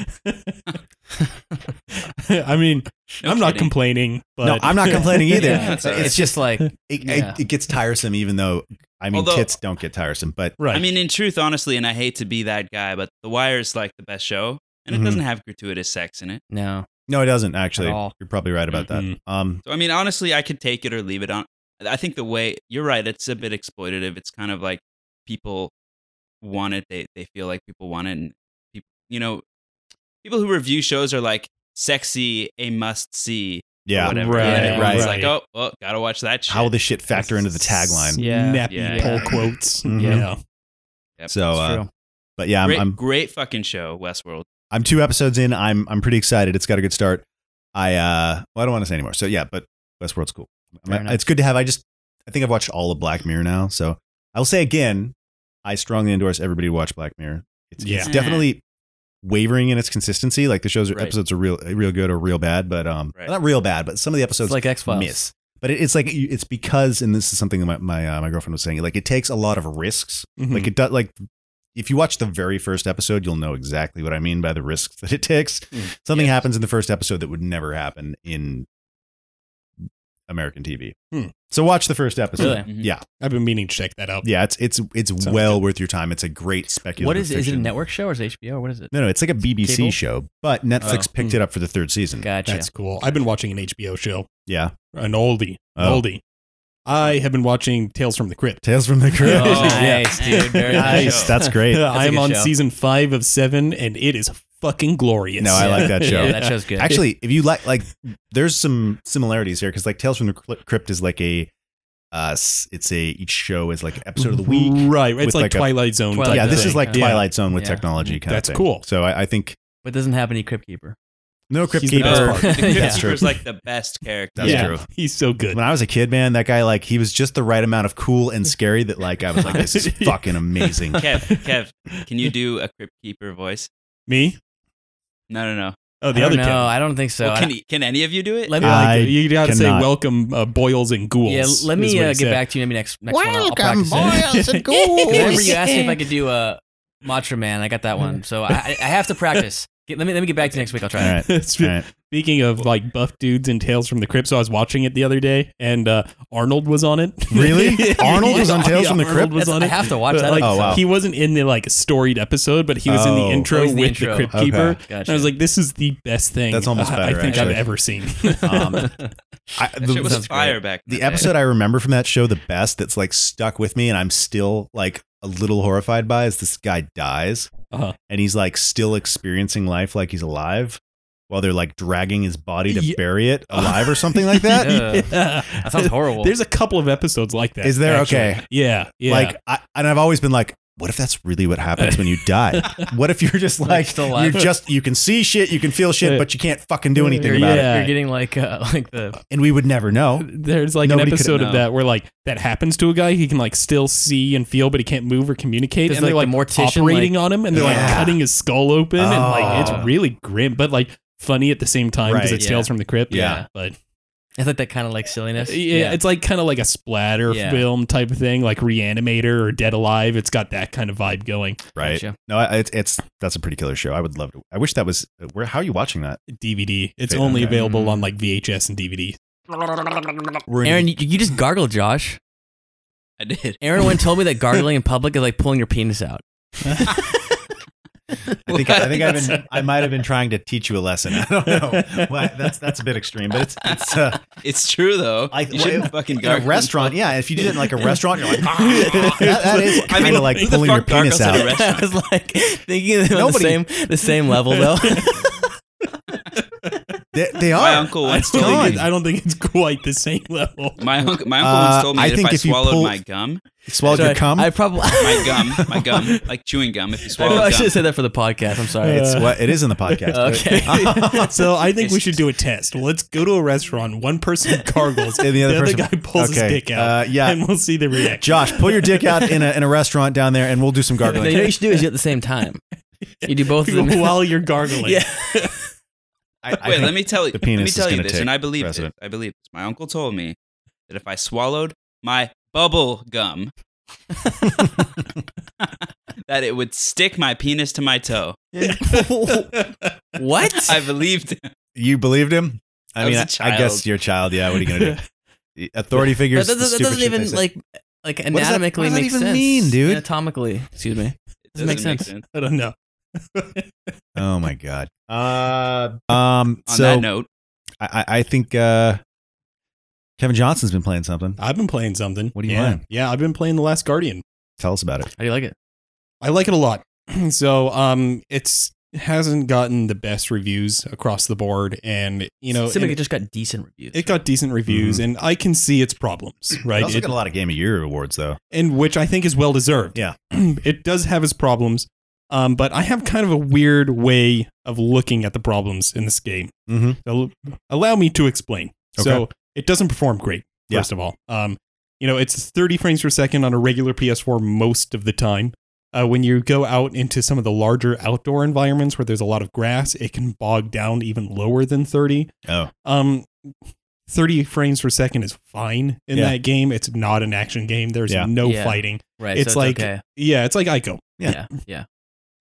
Speaker 3: I mean,
Speaker 4: No
Speaker 3: I'm not
Speaker 4: kidding.
Speaker 3: complaining, but
Speaker 1: no, I'm not complaining either.
Speaker 2: Yeah,
Speaker 1: it's,
Speaker 2: it's, just like
Speaker 1: it,
Speaker 2: yeah.
Speaker 1: it, it gets tiresome, even though I mean
Speaker 4: Although-
Speaker 1: tits don't get tiresome, but
Speaker 3: right.
Speaker 4: I mean, in truth, honestly, and I hate to be that guy, but The Wire is like the best show, and it
Speaker 1: Mhm.
Speaker 4: doesn't have gratuitous sex in it.
Speaker 2: no.
Speaker 1: no, it doesn't actually.
Speaker 2: At all. Mm-hmm.
Speaker 1: You're probably right about that.
Speaker 3: Mhm.
Speaker 1: Um,
Speaker 4: So I mean, honestly, I could take it or leave it on. I think the way you're right, it's a bit exploitative. It's kind of like people want it; they they feel like people want it, and people, you know, people who review shows are like sexy, a must see,
Speaker 1: yeah,
Speaker 4: or whatever.
Speaker 3: Right,
Speaker 4: and everyone's
Speaker 1: right.
Speaker 4: like, oh, well, gotta watch that shit.
Speaker 1: how will this shit factor into the tagline?
Speaker 2: Yeah.
Speaker 3: Nappy
Speaker 4: Yeah,
Speaker 3: poll
Speaker 2: yeah.
Speaker 3: quotes.
Speaker 1: Mhm.
Speaker 3: Yeah.
Speaker 4: Yep,
Speaker 1: So,
Speaker 2: it's
Speaker 1: uh,
Speaker 2: true.
Speaker 1: but yeah, I'm,
Speaker 4: great,
Speaker 1: I'm
Speaker 4: great fucking show, Westworld.
Speaker 1: I'm two episodes in. I'm I'm pretty excited. It's got a good start. I uh, well, I don't want to say anymore. So yeah, but Westworld's cool.
Speaker 2: Fair
Speaker 1: I'm-
Speaker 2: enough.
Speaker 1: It's good to have. I just I think I've watched all of Black Mirror now. So I'll say again, I strongly endorse everybody to watch Black Mirror. It's, it's
Speaker 4: Yeah.
Speaker 1: definitely wavering in its consistency. Like the shows or
Speaker 4: Right.
Speaker 1: episodes are real real good or real bad, but um,
Speaker 4: Right.
Speaker 1: not real bad. But some of the episodes
Speaker 2: it's like X Files.
Speaker 1: miss. But it, it's like it's because, and this is something my my, uh, my girlfriend was saying. Like it takes a lot of risks.
Speaker 3: Mhm.
Speaker 2: Hmm.
Speaker 1: Like it does. Like if you watch the very first episode, you'll know exactly what I mean by the risks that it takes.
Speaker 2: Hmm.
Speaker 3: Mm.
Speaker 1: Something
Speaker 4: Yes.
Speaker 1: happens in the first episode that would never happen in American TV.
Speaker 3: Hmm.
Speaker 1: So watch the first episode.
Speaker 2: Really?
Speaker 4: Mhm.
Speaker 1: Yeah,
Speaker 3: I've been meaning to check that out.
Speaker 1: yeah. It's it's it's
Speaker 3: Sounds
Speaker 1: well worth your time. It's a great speculative.
Speaker 2: What is it? Is it a
Speaker 1: fiction.
Speaker 2: network show or is it HBO or what is it?
Speaker 1: No, no. It's like a BBC
Speaker 2: Cable?
Speaker 1: show, but Netflix
Speaker 2: Oh.
Speaker 1: picked it up for the third season.
Speaker 2: Gotcha.
Speaker 3: That's cool. I've been watching an HBO show,
Speaker 1: Yeah,
Speaker 3: an oldie, an
Speaker 1: Oh.
Speaker 3: oldie. I have been watching Tales from the Crypt.
Speaker 1: Tales from the Crypt.
Speaker 2: Oh,
Speaker 3: Yeah.
Speaker 2: nice, dude. Very
Speaker 1: nice.
Speaker 2: nice.
Speaker 1: That's great.
Speaker 2: a
Speaker 3: I'm
Speaker 2: good
Speaker 3: on
Speaker 2: show.
Speaker 3: season five of seven, and it is fucking glorious.
Speaker 1: No, Oh, I like that show.
Speaker 2: Yeah, that show's good.
Speaker 1: Actually, if you like, like, there's some similarities here because, like, Tales from the Crypt- Crypt is like a, uh, s- it's a each show is like an episode of the week.
Speaker 3: Right. It's
Speaker 1: with
Speaker 3: like,
Speaker 1: like a-
Speaker 3: Twilight Zone.
Speaker 2: Twilight
Speaker 3: type
Speaker 1: yeah, this
Speaker 3: thing.
Speaker 1: is like
Speaker 2: Yeah.
Speaker 1: Twilight Zone with
Speaker 2: Yeah.
Speaker 1: technology. Kind
Speaker 3: That's
Speaker 1: of thing.
Speaker 3: cool.
Speaker 1: So I, I think
Speaker 2: but doesn't have any Crypt Keeper.
Speaker 1: Oh, no Crypt
Speaker 3: He's the best
Speaker 1: Keeper.
Speaker 3: part.
Speaker 4: The
Speaker 2: Yeah.
Speaker 1: That's true.
Speaker 4: Gatekeeper's like the best character.
Speaker 1: That's
Speaker 3: yeah.
Speaker 1: true.
Speaker 3: He's so good.
Speaker 1: When I was a kid, man, that guy like he was just the right amount of cool and scary that like I was like, this is fucking amazing.
Speaker 4: Kev, Kev, can you do a Crypt Keeper voice?
Speaker 3: Me?
Speaker 4: No, no, no.
Speaker 3: Oh, the
Speaker 2: I
Speaker 3: other
Speaker 2: don't
Speaker 3: kid.
Speaker 2: know. I don't think so.
Speaker 4: Well, can,
Speaker 2: I-
Speaker 4: he- can any of you do it?
Speaker 2: let me,
Speaker 3: Yeah, like,
Speaker 1: I
Speaker 3: you gotta say
Speaker 1: cannot.
Speaker 3: welcome uh, boils and ghouls.
Speaker 2: yeah, let
Speaker 3: is
Speaker 2: me
Speaker 3: what
Speaker 2: uh,
Speaker 3: he
Speaker 2: get
Speaker 3: said.
Speaker 2: back to you. Maybe next next one. I'll, I'll
Speaker 5: Welcome, boys
Speaker 2: practice it.
Speaker 5: and ghouls.
Speaker 2: Remember you asked me if I could do a Matra Man. I got that one, so I, I- I have to practice. Get, let me let me get back to you next week. I'll try.
Speaker 1: All
Speaker 2: it.
Speaker 1: right. All right.
Speaker 3: Speaking of like buff dudes and Tales from the Crypt, so I was watching it the other day, and uh, Arnold was on it.
Speaker 1: Really? Arnold was on Tales from the Crypt?
Speaker 3: Arnold was
Speaker 2: That's-
Speaker 3: on
Speaker 2: I
Speaker 3: it.
Speaker 2: have to watch
Speaker 3: But,
Speaker 2: that.
Speaker 3: Like,
Speaker 1: Oh, wow.
Speaker 3: He wasn't in the like storied episode, but he was in
Speaker 1: Oh.
Speaker 3: the intro
Speaker 2: Oh, he's
Speaker 3: with
Speaker 2: the
Speaker 3: the,
Speaker 2: intro.
Speaker 3: Crypt
Speaker 1: Okay.
Speaker 3: Keeper. And
Speaker 2: Gotcha.
Speaker 3: I was like, this is the best thing.
Speaker 1: That's almost
Speaker 3: I- I,
Speaker 1: better,
Speaker 3: think
Speaker 1: actually.
Speaker 3: I've ever seen.
Speaker 1: Um, I,
Speaker 4: That shit
Speaker 1: the,
Speaker 4: was
Speaker 2: sounds
Speaker 4: fire
Speaker 2: great.
Speaker 4: back. in
Speaker 1: the
Speaker 4: day.
Speaker 1: episode I remember from that show the best that's like stuck with me and I'm still like a little horrified by is this guy dies
Speaker 3: Uh-huh.
Speaker 1: and he's like still experiencing life like he's alive while they're like dragging his body to
Speaker 3: Yeah.
Speaker 1: bury it alive or something like that. Is
Speaker 2: Yeah. That sounds horrible.
Speaker 3: There's a couple of episodes like that.
Speaker 1: there
Speaker 3: actually.
Speaker 1: okay?
Speaker 3: Yeah. Yeah.
Speaker 1: Like I and I've always been like what if that's really what happens when you die? What if you're just like
Speaker 2: Like, still alive.
Speaker 1: you're just you can see shit, you can feel shit, but you can't fucking do anything
Speaker 2: you're,
Speaker 1: about it?
Speaker 3: yeah.
Speaker 2: You're getting like uh, like the
Speaker 1: And we would never know.
Speaker 3: There's like
Speaker 1: Nobody
Speaker 3: an
Speaker 1: could've
Speaker 3: episode of
Speaker 4: known.
Speaker 3: that where like that happens to a guy. He can like still see and feel, but he can't move or communicate.
Speaker 2: Does,
Speaker 3: And they're
Speaker 2: like,
Speaker 3: like
Speaker 2: the mortician,
Speaker 3: operating on him, and they're
Speaker 1: Yeah.
Speaker 3: like cutting his skull open, and like
Speaker 1: Oh.
Speaker 3: it's really grim, but like funny at the same time because
Speaker 1: Right,
Speaker 3: it's
Speaker 2: yeah.
Speaker 3: Tales from the Crypt.
Speaker 1: Yeah.
Speaker 3: but
Speaker 2: it's like that kind of like silliness.
Speaker 3: yeah, it's like kind of like a splatter
Speaker 2: Yeah.
Speaker 3: film type of thing, like Reanimator or Dead Alive. It's got that kind of vibe going.
Speaker 1: Right.
Speaker 2: Gotcha.
Speaker 1: No, I- it's it's that's a pretty killer show. I would love to. I wish that was. Where? How are you watching that?
Speaker 3: DVD. It's
Speaker 1: Okay.
Speaker 3: only available
Speaker 2: Mm.
Speaker 3: on like VHS and DVD.
Speaker 1: We're in-
Speaker 2: Aaron, you, you just gargled, Josh.
Speaker 4: I did.
Speaker 2: Aaron once told me that gargling in public is like pulling your penis out.
Speaker 1: I think I think I've been. I might have been trying to teach you a lesson. I don't know. Why, that's that's a bit extreme, but it's it's. Uh,
Speaker 4: It's true though.
Speaker 1: I-
Speaker 4: you shouldn't
Speaker 1: well,
Speaker 4: fucking
Speaker 1: in a
Speaker 4: gargle.
Speaker 1: restaurant, yeah. If you did it in like a restaurant, you're like, "Ah, that, that is
Speaker 4: I mean,
Speaker 1: kind of like
Speaker 4: who the
Speaker 1: pulling your
Speaker 4: fuck gargles
Speaker 1: penis
Speaker 4: at a
Speaker 1: out.
Speaker 4: restaurant?
Speaker 2: I was like thinking of them on the
Speaker 1: Nobody-
Speaker 2: same the same level though.
Speaker 1: They, they
Speaker 4: My
Speaker 1: are.
Speaker 4: uncle
Speaker 3: I
Speaker 4: once
Speaker 3: still
Speaker 4: told
Speaker 1: Done.
Speaker 3: think
Speaker 4: me.
Speaker 3: it's- I don't think it's quite the same level.
Speaker 4: My uncle, my uncle
Speaker 1: Uh,
Speaker 4: once told me
Speaker 1: I
Speaker 4: that
Speaker 1: think
Speaker 4: if I
Speaker 1: if you
Speaker 4: swallowed
Speaker 1: pull-
Speaker 4: my gum,
Speaker 1: Swallowed your
Speaker 2: Sorry,
Speaker 1: cum.
Speaker 2: I probably
Speaker 4: my gum, my gum, like chewing gum, if you
Speaker 2: I, probably
Speaker 4: swallowed
Speaker 2: should
Speaker 4: gum,
Speaker 2: have said that for the podcast. I'm sorry.
Speaker 1: Uh, it's what it is in the podcast. but-
Speaker 2: uh, okay.
Speaker 3: so I think we
Speaker 4: It's
Speaker 3: should do a test. Let's go to a restaurant. One person gargles,
Speaker 1: And the
Speaker 3: the
Speaker 1: other
Speaker 3: other,
Speaker 1: person-
Speaker 3: guy pulls
Speaker 1: okay,
Speaker 3: his dick out,
Speaker 1: uh, yeah.
Speaker 3: and we'll see the reaction.
Speaker 1: Josh, pull your dick out in a in a restaurant down there, and we'll do some
Speaker 2: No, you know
Speaker 1: gargling.
Speaker 2: what you should do is you at the same time. You do both of them.
Speaker 3: While you're gargling,
Speaker 2: yeah.
Speaker 1: I, I
Speaker 4: Wait,
Speaker 1: think-
Speaker 4: let me tell you.
Speaker 1: the
Speaker 4: Let me
Speaker 1: penis is
Speaker 4: tell you
Speaker 1: gonna
Speaker 4: this,
Speaker 1: take
Speaker 4: and I believe
Speaker 1: precedent.
Speaker 4: it. I believe this. My uncle told me that if I swallowed my bubble gum, that it would stick my penis to my toe.
Speaker 2: What?
Speaker 4: I believed. It.
Speaker 1: You believed him. I,
Speaker 4: I
Speaker 1: mean, I,
Speaker 4: was a
Speaker 1: I guess
Speaker 4: child.
Speaker 1: you're a child. Yeah. What are you gonna do? Authority figures.
Speaker 2: that, that-
Speaker 1: the
Speaker 2: that
Speaker 1: stupid
Speaker 2: doesn't
Speaker 1: shit they
Speaker 2: even
Speaker 1: say.
Speaker 2: like like
Speaker 1: does that-
Speaker 2: anatomically
Speaker 1: what does that
Speaker 2: make
Speaker 1: even
Speaker 2: sense.
Speaker 1: mean, dude?
Speaker 2: Anatomically, excuse me.
Speaker 4: It
Speaker 2: Doesn't make sense.
Speaker 3: I don't know.
Speaker 1: Oh my god. Uh. Um.
Speaker 4: On
Speaker 1: so
Speaker 4: that note,
Speaker 1: I, I I think uh, Kevin Johnson's been playing something.
Speaker 3: I've been playing something.
Speaker 1: What are you
Speaker 3: yeah.
Speaker 1: playing?
Speaker 3: Yeah, I've been playing The Last Guardian.
Speaker 1: Tell us about it.
Speaker 2: How do you like it?
Speaker 3: I like it a lot. so, um, it's hasn't gotten the best reviews across the board, and you know,
Speaker 2: seemed like
Speaker 3: and
Speaker 2: it just got decent reviews.
Speaker 3: it got decent reviews, and I can see its problems.
Speaker 1: I
Speaker 3: Right.
Speaker 1: also
Speaker 3: It-
Speaker 1: got a lot of Game of Year awards though.
Speaker 3: and which I think is well deserved.
Speaker 1: Yeah.
Speaker 3: it does have its problems, um, but I have kind of a weird way of looking at the problems in this game.
Speaker 1: Mhm.
Speaker 3: So, allow me to explain. So
Speaker 1: Okay.
Speaker 3: it doesn't perform great.
Speaker 1: Yeah.
Speaker 3: First of all, um, you know it's 30 frames per second on a regular PS4 most of the time. Uh, when you go out into some of the larger outdoor environments where there's a lot of grass, it can bog down even lower than 30
Speaker 1: Oh.
Speaker 3: um 30 frames per second is fine in
Speaker 1: Yeah.
Speaker 3: that game it's not an action game there's
Speaker 1: Yeah.
Speaker 3: no
Speaker 2: Yeah.
Speaker 3: fighting
Speaker 2: right.
Speaker 3: it's
Speaker 2: so
Speaker 3: like-
Speaker 2: okay.
Speaker 3: yeah it's like ico
Speaker 2: yeah, yeah.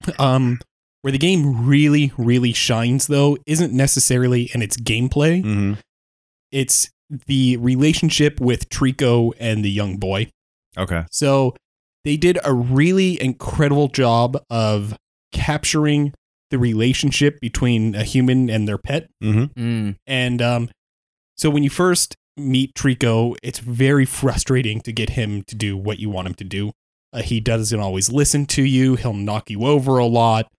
Speaker 3: um where the game really really shines though isn't necessarily in its gameplay
Speaker 1: Mm-hmm.
Speaker 3: it's the relationship with trico and the young boy
Speaker 1: Okay.
Speaker 3: So they did a really incredible job of capturing the relationship between a human and their pet.
Speaker 2: Mm.
Speaker 3: And um, so when you first meet Trico, it's very frustrating to get him to do what you want him to do. Uh, he doesn't always listen to you, he'll knock you over a lot.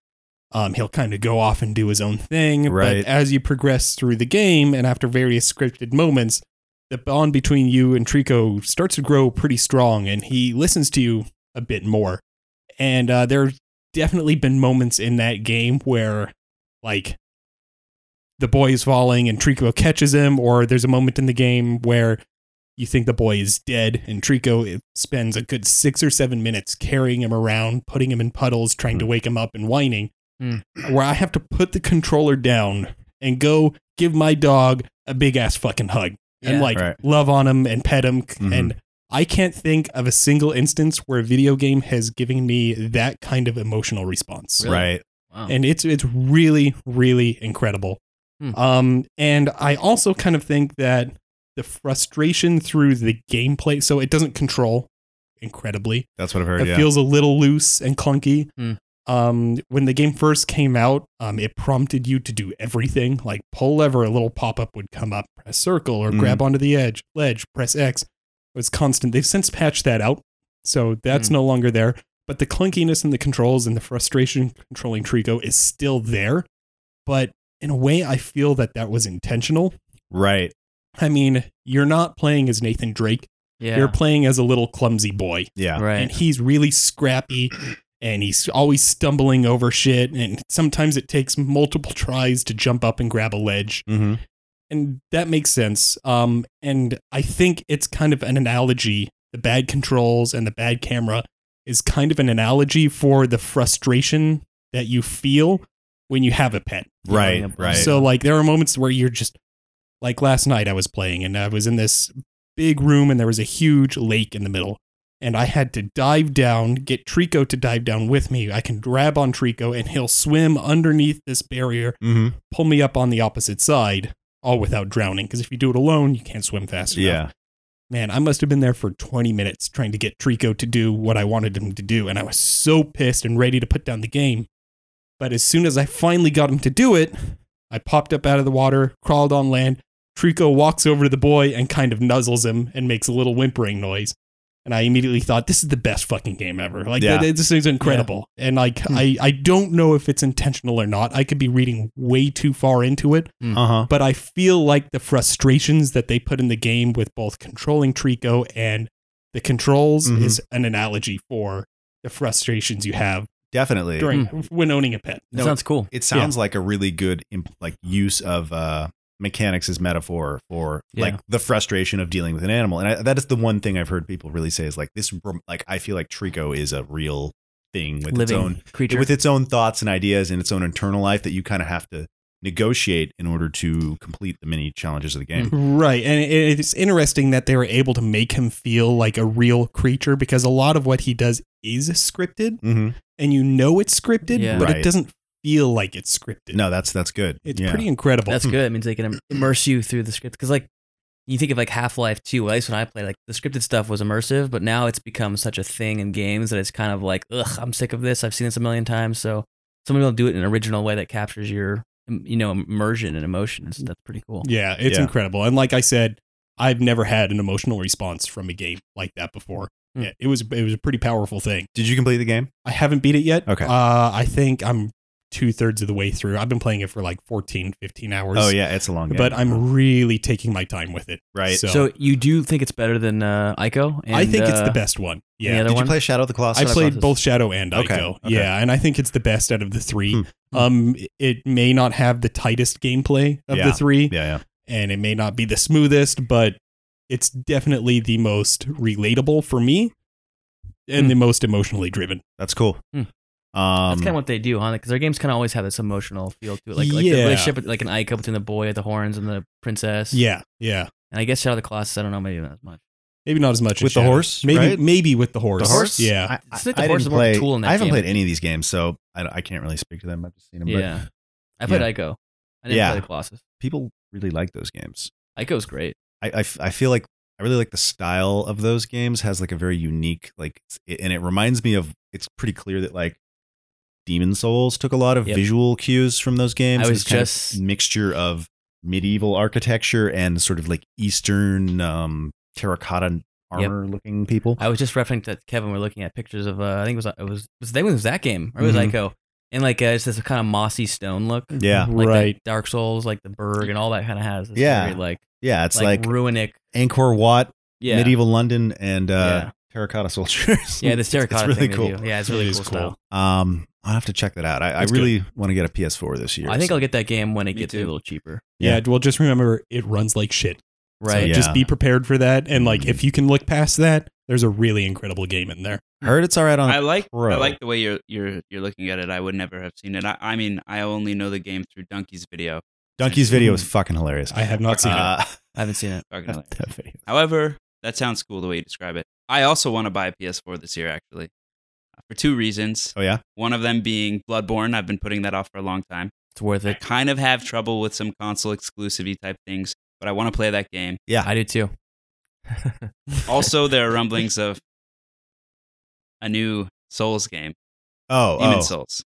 Speaker 3: Um, he'll kind of go off and do his own thing.
Speaker 1: Right.
Speaker 3: But as you progress through the game and after various scripted moments, the bond between you and Trico starts to grow pretty strong and he listens to you a bit more. And uh, there have definitely been moments in that game where, like, the boy is falling and Trico catches him, or there's a moment in the game where you think the boy is dead and Trico eh, spends a good six or seven minutes carrying him around, putting him in puddles, trying to wake him up and whining,
Speaker 2: Hmm.
Speaker 3: where I have to put the controller down and go give my dog a big ass fucking hug
Speaker 2: Yeah.
Speaker 3: and like
Speaker 1: Right.
Speaker 3: love on him and pet him.
Speaker 1: Mhm.
Speaker 3: And I can't think of a single instance where a video game has given me that kind of emotional response
Speaker 2: Really?
Speaker 1: Right.
Speaker 2: Wow.
Speaker 3: and it's it's really really incredible.
Speaker 2: Hmm.
Speaker 3: Um, and I also kind of think that the frustration through the gameplay, so it doesn't control incredibly.
Speaker 1: That's what I've heard.
Speaker 3: It
Speaker 1: yeah.
Speaker 3: feels a little loose and clunky.
Speaker 2: Hmm.
Speaker 3: Um, when the game first came out, um, it prompted you to do everything, like pull lever, a little pop up would come up, press circle, or
Speaker 1: Mhm.
Speaker 3: grab onto the edge, ledge, press X. It was constant. They've since patched that out, so that's
Speaker 2: Hmm.
Speaker 3: no longer there. But the clunkiness in the controls and the frustration controlling Trico is still there. But in a way, I feel that that was intentional.
Speaker 1: right.
Speaker 3: I mean, you're not playing as Nathan Drake.
Speaker 2: Yeah.
Speaker 3: You're playing as a little clumsy boy,
Speaker 1: Yeah.
Speaker 2: right.
Speaker 3: and he's really scrappy, and he's always stumbling over shit. And sometimes it takes multiple tries to jump up and grab a ledge,
Speaker 1: Mm-hmm.
Speaker 3: and that makes sense. Um, and I think it's kind of an analogy. The bad controls and the bad camera is kind of an analogy for the frustration that you feel when you have a pet.
Speaker 1: Right.
Speaker 2: Yeah.
Speaker 1: Right.
Speaker 3: So like there are moments where you're just like last night I was playing and I was in this big room and there was a huge lake in the middle and I had to dive down, get Trico to dive down with me. I can grab on Trico and he'll swim underneath this barrier,
Speaker 1: hmm
Speaker 3: pull me up on the opposite side, all without drowning because if you do it alone, you can't swim fast enough.
Speaker 1: Yeah.
Speaker 3: Man, I must have been there for 20 minutes trying to get Trico to do what I wanted him to do, and I was so pissed and ready to put down the game. But as soon as I finally got him to do it, I popped up out of the water, crawled on land. Trico walks over to the boy and kind of nuzzles him and makes a little whimpering noise. And I immediately thought, this is the best fucking game ever. Like,
Speaker 1: Yeah.
Speaker 3: th- this is incredible. And like, I, I don't know if it's intentional or not. I could be reading way too far into it
Speaker 1: Uh huh.
Speaker 3: but I feel like the frustrations that they put in the game with both controlling Trico and the controls
Speaker 1: Mhm.
Speaker 3: is an analogy for the frustrations you have
Speaker 1: Definitely.
Speaker 3: during when owning a pet.
Speaker 2: Hmm. That
Speaker 1: No,
Speaker 2: sounds cool.
Speaker 1: it sounds like a really good imp- like use of uh mechanics as metaphor for
Speaker 2: Yeah.
Speaker 1: like the frustration of dealing with an animal and I, that is the one thing i've heard people really say is like this rem- like i feel like trico is a real thing with
Speaker 2: Living
Speaker 1: its own
Speaker 2: creature.
Speaker 1: with its own thoughts and ideas and its own internal life that you kind of have to negotiate in order to complete the many challenges of the game
Speaker 3: Right. And it- it's interesting that they were able to make him feel like a real creature because a lot of what he does is scripted
Speaker 1: mm-hmm.
Speaker 3: and you know it's scripted,
Speaker 2: Yeah.
Speaker 3: but
Speaker 1: Right.
Speaker 3: it doesn't feel like it's scripted.
Speaker 1: no that's that's good
Speaker 3: It's
Speaker 1: Yeah.
Speaker 3: pretty incredible.
Speaker 2: That's good. It means they can im- immerse you through the script. Because like you think of like Half Life Two, at least when I played, like the scripted stuff was immersive, but now it's become such a thing in games that it's kind of like, ugh, I'm sick of this. I've seen this a million times. So somebody will do it in an original way that captures your, im- you know, immersion and emotions. That's pretty cool.
Speaker 3: Yeah, it's
Speaker 1: Yeah.
Speaker 3: incredible. And like I said, I've never had an emotional response from a game like that before.
Speaker 2: Hmm.
Speaker 3: Yeah, it was it was a pretty powerful thing.
Speaker 1: did you complete the game
Speaker 3: I haven't beat it yet.
Speaker 1: Okay.
Speaker 3: Uh, I think I'm two thirds of the way through. I've been playing it for like 14, 15 hours.
Speaker 1: oh yeah it's a long game
Speaker 3: But I'm really taking my time with it.
Speaker 1: right
Speaker 3: So,
Speaker 2: So you do think it's better than uh, Ico? And,
Speaker 3: I think it's the
Speaker 2: uh,
Speaker 3: best one.
Speaker 2: any
Speaker 3: Yeah.
Speaker 2: other
Speaker 1: did you
Speaker 2: one?
Speaker 1: play shadow of the colossus
Speaker 3: I played
Speaker 2: Colossus?
Speaker 3: both Shadow and
Speaker 1: Okay,
Speaker 3: Ico.
Speaker 1: okay.
Speaker 3: Yeah, and I think it's the best out of the three.
Speaker 1: Hmm.
Speaker 3: Um, it may not have the tightest gameplay of
Speaker 1: Yeah.
Speaker 3: the three.
Speaker 1: yeah yeah
Speaker 3: and it may not be the smoothest, but it's definitely the most relatable for me and
Speaker 2: Hmm.
Speaker 3: the most emotionally driven.
Speaker 1: that's cool
Speaker 2: Hmm.
Speaker 1: um
Speaker 2: That's kind of what they do, huh? Because their games kind of always have this emotional feel to it, like like the
Speaker 3: Yeah.
Speaker 2: relationship, like an Ico between the boy at the horns and the princess.
Speaker 3: Yeah, yeah.
Speaker 2: and I guess Shadow of the Colossus. I don't know, maybe not as much.
Speaker 3: Maybe not as much as
Speaker 1: With the
Speaker 3: Shadow.
Speaker 1: horse,
Speaker 3: Maybe
Speaker 1: right?
Speaker 3: maybe with the horse.
Speaker 1: The horse?
Speaker 3: Yeah.
Speaker 1: I,
Speaker 2: It's like the
Speaker 1: I
Speaker 2: horse
Speaker 1: didn't
Speaker 2: is more of a
Speaker 1: play-
Speaker 2: tool in that
Speaker 1: I haven't
Speaker 2: game.
Speaker 1: played any of these games, so I, I can't really speak to them. I've just seen them. But
Speaker 2: yeah, I played
Speaker 1: Yeah.
Speaker 2: Ico. I didn't
Speaker 1: Yeah.
Speaker 2: play the Colossus.
Speaker 1: people really like those games.
Speaker 2: Ico's great.
Speaker 1: I, I f- I feel like I really like the style of those games. Has like a very unique like, it, and it reminds me of. It's pretty clear that like Demon Souls took a lot of
Speaker 2: Yep.
Speaker 1: visual cues from those games.
Speaker 2: I was
Speaker 1: this kind of
Speaker 2: just-
Speaker 1: mixture of medieval architecture and sort of like Eastern um, terracotta armor looking people.
Speaker 2: I was just referencing that Kevin. We're looking at pictures of. Uh, I think it was it was was that it was that game or it was
Speaker 1: Mhm.
Speaker 2: Ico, and like uh, it's this kind of mossy stone look,
Speaker 1: yeah,
Speaker 2: like that
Speaker 3: right.
Speaker 2: Dark Souls, like the Berg, and all that kind of has. This
Speaker 1: Yeah.
Speaker 2: very, like
Speaker 1: yeah. It's
Speaker 2: like,
Speaker 1: like,
Speaker 2: ruinic.
Speaker 1: Angkor Wat,
Speaker 2: Yeah,
Speaker 1: medieval London, and uh,
Speaker 2: Yeah.
Speaker 1: terracotta soldiers.
Speaker 2: yeah, this
Speaker 1: It's-
Speaker 2: terracotta.
Speaker 1: It's really
Speaker 2: thing they
Speaker 1: cool.
Speaker 2: do. Yeah, it's really
Speaker 3: It
Speaker 2: cool,
Speaker 3: is cool.
Speaker 2: style.
Speaker 1: Um, I'll have to check that out. I, I
Speaker 3: It's
Speaker 1: really want to get a PS4 this year.
Speaker 2: I think
Speaker 1: so-
Speaker 2: I'll get that game when it
Speaker 4: Me
Speaker 2: gets
Speaker 4: too.
Speaker 2: a little cheaper.
Speaker 1: Yeah.
Speaker 3: yeah. well just remember it runs like shit. So
Speaker 2: Right.
Speaker 1: yeah.
Speaker 3: just be prepared for that and like
Speaker 1: Mhm.
Speaker 3: if you can look past that, there's a really incredible game in there.
Speaker 1: heard it's all right on.
Speaker 4: I like
Speaker 1: Pro.
Speaker 4: I like the way you're you're you're looking at it. I would never have seen it. I, I mean, I only know the game through Donkey's video.
Speaker 1: Donkey's video is fucking hilarious.
Speaker 3: I have not seen it.
Speaker 1: Uh,
Speaker 2: I haven't seen it.
Speaker 4: Fucking hilarious.
Speaker 1: that video.
Speaker 4: However, that sounds cool the way you describe it. I also want to buy a PS4 this year, actually, for two reasons.
Speaker 1: Oh yeah,
Speaker 4: One of them being Bloodborne. I've been putting that off for a long time.
Speaker 2: It's worth
Speaker 4: I
Speaker 2: it.
Speaker 4: kind of have trouble with some console exclusivity type things, but I want to play that game.
Speaker 2: I do too.
Speaker 4: Also, there are rumblings of a new Souls game,
Speaker 1: Oh,
Speaker 4: Demon
Speaker 1: oh.
Speaker 4: Souls.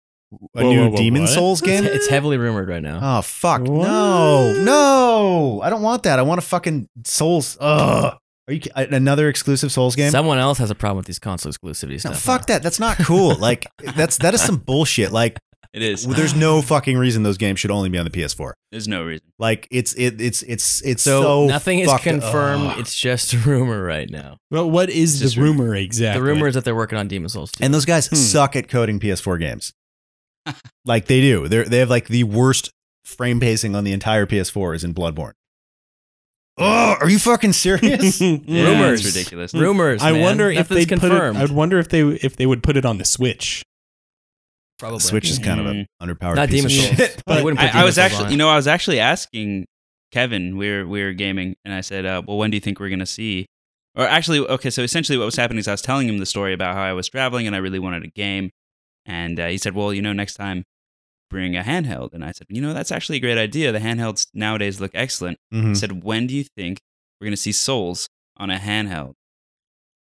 Speaker 1: a
Speaker 3: Whoa,
Speaker 1: new
Speaker 3: whoa, whoa,
Speaker 1: Demon
Speaker 3: what?
Speaker 1: Souls game.
Speaker 2: It's heavily rumored right now.
Speaker 1: Oh fuck!
Speaker 3: What?
Speaker 1: No, no, I don't want that. I want a fucking Souls. Ugh. Are you ki- another exclusive Souls game?
Speaker 2: Someone else has a problem with these console exclusivity
Speaker 1: No,
Speaker 2: stuff.
Speaker 1: fuck that. That's not cool. Like that's that is some bullshit. Like
Speaker 4: It is.
Speaker 1: Well, there's no fucking reason those games should only be on the PS4.
Speaker 4: There's no reason.
Speaker 1: Like it's it it's it's it's
Speaker 2: So,
Speaker 1: so,
Speaker 2: nothing is
Speaker 1: fucked-
Speaker 2: confirmed.
Speaker 1: Ugh.
Speaker 2: It's just a rumor right now.
Speaker 3: Well, what is
Speaker 4: It's just
Speaker 3: the rumor, exactly?
Speaker 2: The rumor is that they're working on Demon Souls 2.
Speaker 1: and those guys
Speaker 3: Hmm.
Speaker 1: suck at coding PS4 games. like they do. They they have like the worst frame pacing on the entire PS4 is in Bloodborne. Oh, are you fucking serious?
Speaker 4: Yeah,
Speaker 2: Rumors.
Speaker 4: It's ridiculous.
Speaker 2: Rumors.
Speaker 3: I
Speaker 2: man.
Speaker 3: wonder if
Speaker 2: Nothing's
Speaker 3: they put it.
Speaker 2: confirmed.
Speaker 3: I would wonder if they if they would put it on the Switch.
Speaker 2: Probably.
Speaker 1: Switch is kind of a
Speaker 4: Mm.
Speaker 1: underpowered
Speaker 2: Hmm. Not
Speaker 1: piece
Speaker 2: Demon
Speaker 1: of
Speaker 2: Souls.
Speaker 1: shit.
Speaker 2: They wouldn't put
Speaker 4: I, I
Speaker 2: Demon
Speaker 4: was
Speaker 2: Souls on
Speaker 4: actually,
Speaker 2: it.
Speaker 4: you know, I was actually asking Kevin. We were we were gaming, and I said, uh, "Well, when do you think we're gonna see?" Or actually, okay. So essentially, what was happening is I was telling him the story about how I was traveling and I really wanted a game, and uh, he said, "Well, you know, next time." Bring a handheld, and I said, you know, that's actually a great idea. The handhelds nowadays look excellent. I
Speaker 2: Hmm.
Speaker 1: Mhm.
Speaker 4: said, when do you think we're going to see Souls on a handheld?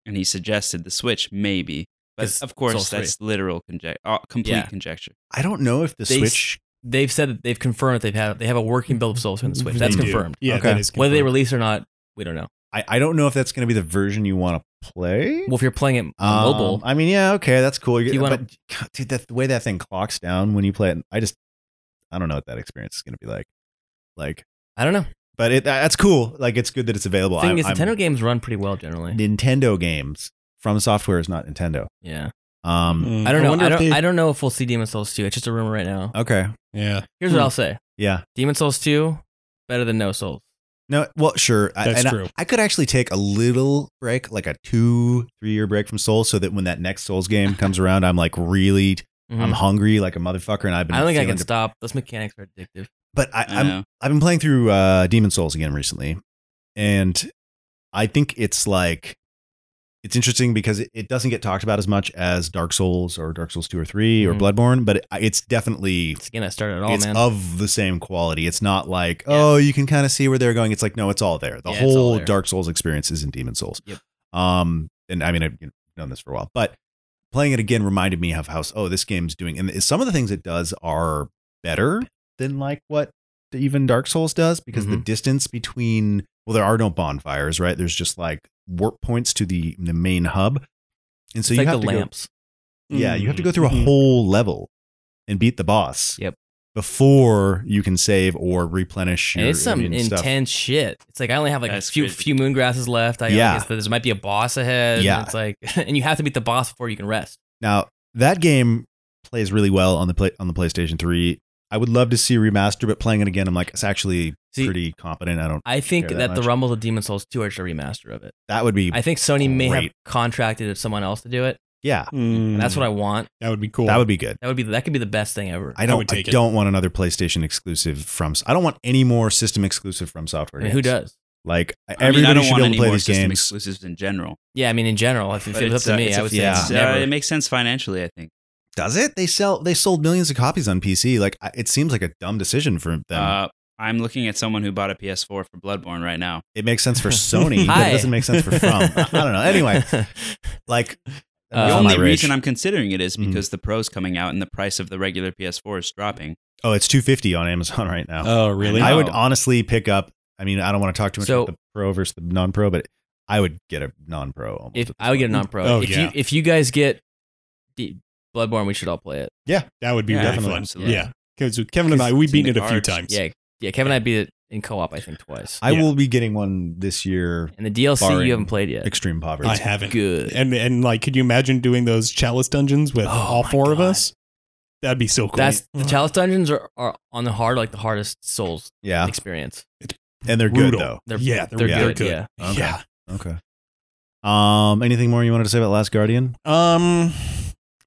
Speaker 4: And he suggested the Switch, maybe, but
Speaker 2: 'Cause
Speaker 4: of course
Speaker 2: Souls three.
Speaker 4: that's literal conjecture, uh, complete
Speaker 2: Yeah.
Speaker 4: conjecture.
Speaker 1: I don't know if the
Speaker 2: They
Speaker 1: Switch
Speaker 2: They've said that they've confirmed that they've had, they have a working build of Souls on the Switch. That's
Speaker 3: They do.
Speaker 2: confirmed.
Speaker 3: Yeah,
Speaker 1: Okay.
Speaker 3: that is confirmed.
Speaker 2: Whether they release or not, we don't know.
Speaker 1: I, I don't know if that's going to be the version you want to play.
Speaker 2: Well, if you're playing it on
Speaker 1: Um,
Speaker 2: mobile,
Speaker 1: I mean, yeah, okay, that's cool. You,
Speaker 2: you wanna-
Speaker 1: but, God, dude, that, the way that thing clocks down when you play it, I just, I don't know what that experience is going to be like. Like,
Speaker 2: I don't know.
Speaker 1: but it that's cool. Like, it's good that it's available.
Speaker 2: thing
Speaker 1: I'm-
Speaker 2: is,
Speaker 1: I'm-
Speaker 2: Nintendo games run pretty well generally.
Speaker 1: Nintendo games from software is not Nintendo.
Speaker 2: Yeah,
Speaker 1: Um,
Speaker 3: Mm.
Speaker 2: I don't know.
Speaker 3: wonder
Speaker 2: I,
Speaker 3: if
Speaker 2: don't.
Speaker 3: they-
Speaker 2: I don't know if we'll see Demon Souls two. It's just a rumor right now.
Speaker 3: Hmm.
Speaker 1: okay,
Speaker 3: yeah,
Speaker 2: Here's
Speaker 1: hmm.
Speaker 2: what I'll say:
Speaker 1: yeah,
Speaker 2: Demon Souls two better than No Souls.
Speaker 1: no, well, sure, I,
Speaker 3: That's
Speaker 1: and I-
Speaker 3: true.
Speaker 1: I, could actually take a little break, like a two, three year break from Souls, so that when that next Souls game comes around, I'm like really,
Speaker 2: Mhm.
Speaker 1: I'm hungry like a motherfucker, and I've been.
Speaker 2: I don't think I
Speaker 1: feeling
Speaker 2: can
Speaker 1: dep-
Speaker 2: stop. Those mechanics are addictive.
Speaker 1: But I,
Speaker 4: I
Speaker 1: I'm
Speaker 4: know.
Speaker 1: I've been playing through uh, Demon Souls again recently, and I think it's like it's interesting because it, it doesn't get talked about as much as Dark Souls or Dark Souls two or three or
Speaker 2: Mhm.
Speaker 1: Bloodborne, but it, it's definitely
Speaker 2: It's again, I started it all,
Speaker 1: it's
Speaker 2: man.
Speaker 1: of the same quality. It's not like
Speaker 2: Yeah.
Speaker 1: oh you can kind of see where they're going. It's like no, it's all there. The
Speaker 2: Yeah, it's all
Speaker 1: whole
Speaker 2: there.
Speaker 1: Dark Souls experience is in Demon Souls.
Speaker 2: Yep.
Speaker 1: Um, and I mean I've you know, known this for a while, but playing it again reminded me of how oh this game's doing, and some of the things it does are better than like what even Dark Souls does because
Speaker 2: Mm-hmm.
Speaker 1: the distance between well there are no bonfires right. There's just like warp points to the the main hub, and so
Speaker 2: it's
Speaker 1: you
Speaker 2: like
Speaker 1: have
Speaker 2: the
Speaker 1: to go-
Speaker 2: lamps.
Speaker 1: yeah, you have to go through a
Speaker 3: Mhm.
Speaker 1: whole level and beat the boss.
Speaker 2: Mm-hmm. Yep.
Speaker 1: Before you can save or replenish your
Speaker 2: and it's some
Speaker 1: immune stuff.
Speaker 2: intense shit. It's like I only have like
Speaker 4: That's
Speaker 2: a few
Speaker 4: crazy.
Speaker 2: few moon grasses left. I
Speaker 1: Yeah.
Speaker 2: yeah. guess that there might be a boss ahead. and
Speaker 1: Yeah.
Speaker 2: it's like, and you have to beat the boss before you can rest.
Speaker 1: Now that game plays really well on the play, on the PlayStation Three. I would love to see a remaster, but playing it again, I'm like it's actually
Speaker 2: See,
Speaker 1: pretty competent. I don't.
Speaker 2: I think
Speaker 1: care
Speaker 2: that,
Speaker 1: that
Speaker 2: the
Speaker 1: much.
Speaker 2: Rumble of Demon Souls two are just a remaster of it.
Speaker 1: That would be
Speaker 2: I think Sony may have
Speaker 1: Great.
Speaker 2: contracted someone else to do it.
Speaker 1: yeah.
Speaker 2: And that's what I want.
Speaker 3: That would be cool.
Speaker 1: That would be good.
Speaker 2: That would be that could be the best thing ever.
Speaker 1: Mm-hmm. I don't.
Speaker 3: would
Speaker 1: I,
Speaker 3: take it.
Speaker 1: don't want another PlayStation exclusive from. I don't want any more system exclusive from software.
Speaker 2: I mean, who
Speaker 1: games.
Speaker 2: does?
Speaker 1: Like
Speaker 4: I mean,
Speaker 1: everybody
Speaker 4: I don't
Speaker 1: should
Speaker 4: want
Speaker 1: be able
Speaker 4: any
Speaker 1: to play
Speaker 4: more
Speaker 1: these
Speaker 4: system
Speaker 1: games.
Speaker 4: exclusives in general.
Speaker 2: Yeah, I mean, in general, if, if
Speaker 4: But
Speaker 2: it was
Speaker 4: it's,
Speaker 2: up to
Speaker 4: uh,
Speaker 2: me,
Speaker 4: it's
Speaker 2: I
Speaker 4: a-
Speaker 2: would say
Speaker 1: yeah.
Speaker 2: it's
Speaker 4: it's, uh,
Speaker 2: never.
Speaker 4: it makes sense financially. I think.
Speaker 1: Does it? They sell. They sold millions of copies on PC. Like I- it seems like a dumb decision for them.
Speaker 4: Uh, I'm looking at someone who bought a PS4 for Bloodborne right now.
Speaker 1: it makes sense for Sony, but
Speaker 2: Hi.
Speaker 1: it doesn't make sense for From. I, I don't know. Anyway, like
Speaker 2: Uh,
Speaker 4: the
Speaker 1: that's
Speaker 2: on
Speaker 4: only
Speaker 1: my rage.
Speaker 4: reason I'm considering it is
Speaker 1: Mhm.
Speaker 4: because the Pro's coming out and the price of the regular PS4 is dropping.
Speaker 1: oh, it's two fifty on Amazon right now.
Speaker 3: Oh, really?
Speaker 1: I
Speaker 4: no.
Speaker 1: would honestly pick up. I mean, I don't want to talk too much
Speaker 2: So-
Speaker 1: about the pro versus the non-pro, but I would get a non-pro. Almost
Speaker 2: if
Speaker 1: at this
Speaker 2: I would get a
Speaker 1: point.
Speaker 2: non-pro,
Speaker 3: Oh,
Speaker 2: if
Speaker 3: yeah.
Speaker 2: you if you guys get D- Bloodborne, we should all play it.
Speaker 3: that would be
Speaker 4: Yeah,
Speaker 3: really
Speaker 1: definitely.
Speaker 3: fun.
Speaker 4: Absolutely.
Speaker 3: Yeah, because Kevin and I, we
Speaker 4: It's in
Speaker 3: beat it
Speaker 4: the
Speaker 3: a few
Speaker 4: cards.
Speaker 3: times.
Speaker 2: Yeah, yeah. Kevin and I beat it in co-op, I think, twice.
Speaker 1: I
Speaker 3: yeah.
Speaker 1: will be getting one this year.
Speaker 2: and the DLC
Speaker 1: Barring
Speaker 2: you haven't played yet.
Speaker 1: Extreme poverty.
Speaker 3: I haven't.
Speaker 2: Good.
Speaker 3: And and like, could you imagine doing those chalice dungeons with
Speaker 2: Oh,
Speaker 3: all
Speaker 2: my
Speaker 3: four of
Speaker 2: God.
Speaker 3: us? That'd be so cool.
Speaker 2: That's the
Speaker 3: Ugh.
Speaker 2: chalice dungeons are, are on the hard, like the hardest Souls
Speaker 1: yeah,
Speaker 2: experience.
Speaker 1: and they're
Speaker 3: brutal.
Speaker 1: good though.
Speaker 2: They're
Speaker 3: yeah, they're,
Speaker 2: they're
Speaker 3: yeah,
Speaker 2: good,
Speaker 3: they're good.
Speaker 1: yeah.
Speaker 3: Yeah.
Speaker 1: Okay. Um. Anything more you wanted to say about Last Guardian?
Speaker 3: Um,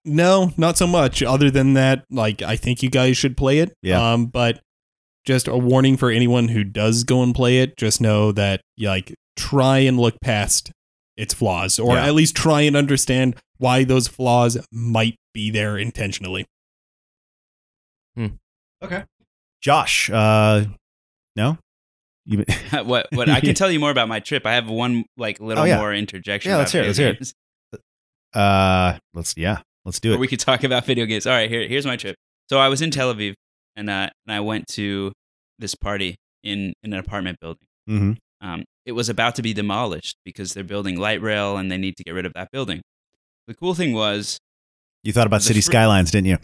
Speaker 3: no, not so much. Other than that, like, I think you guys should play it.
Speaker 1: Yeah.
Speaker 3: Um, but just a warning for anyone who does go and play it: just know that, like, try and look past its flaws, or
Speaker 1: Yeah.
Speaker 3: at least try and understand why those flaws might be there intentionally.
Speaker 1: Josh. Uh. No. You.
Speaker 4: what? What? I can tell you more about my trip. I have one like little
Speaker 1: Oh, yeah.
Speaker 4: more interjection.
Speaker 1: Yeah,
Speaker 4: about
Speaker 1: let's hear it,
Speaker 4: video
Speaker 1: let's hear it.
Speaker 4: games.
Speaker 1: Uh. Let's. Yeah. Let's do
Speaker 4: Or
Speaker 1: it.
Speaker 4: we could talk about video games. All right, here, here's my trip. So I was in Tel Aviv, and uh, and I went to this party in, in an apartment building.
Speaker 1: mm-hmm.
Speaker 4: Um, it was about to be demolished because they're building light rail and they need to get rid of that building. The cool thing was,
Speaker 1: You thought about
Speaker 4: The
Speaker 1: city
Speaker 4: fr-
Speaker 1: skylines, didn't you?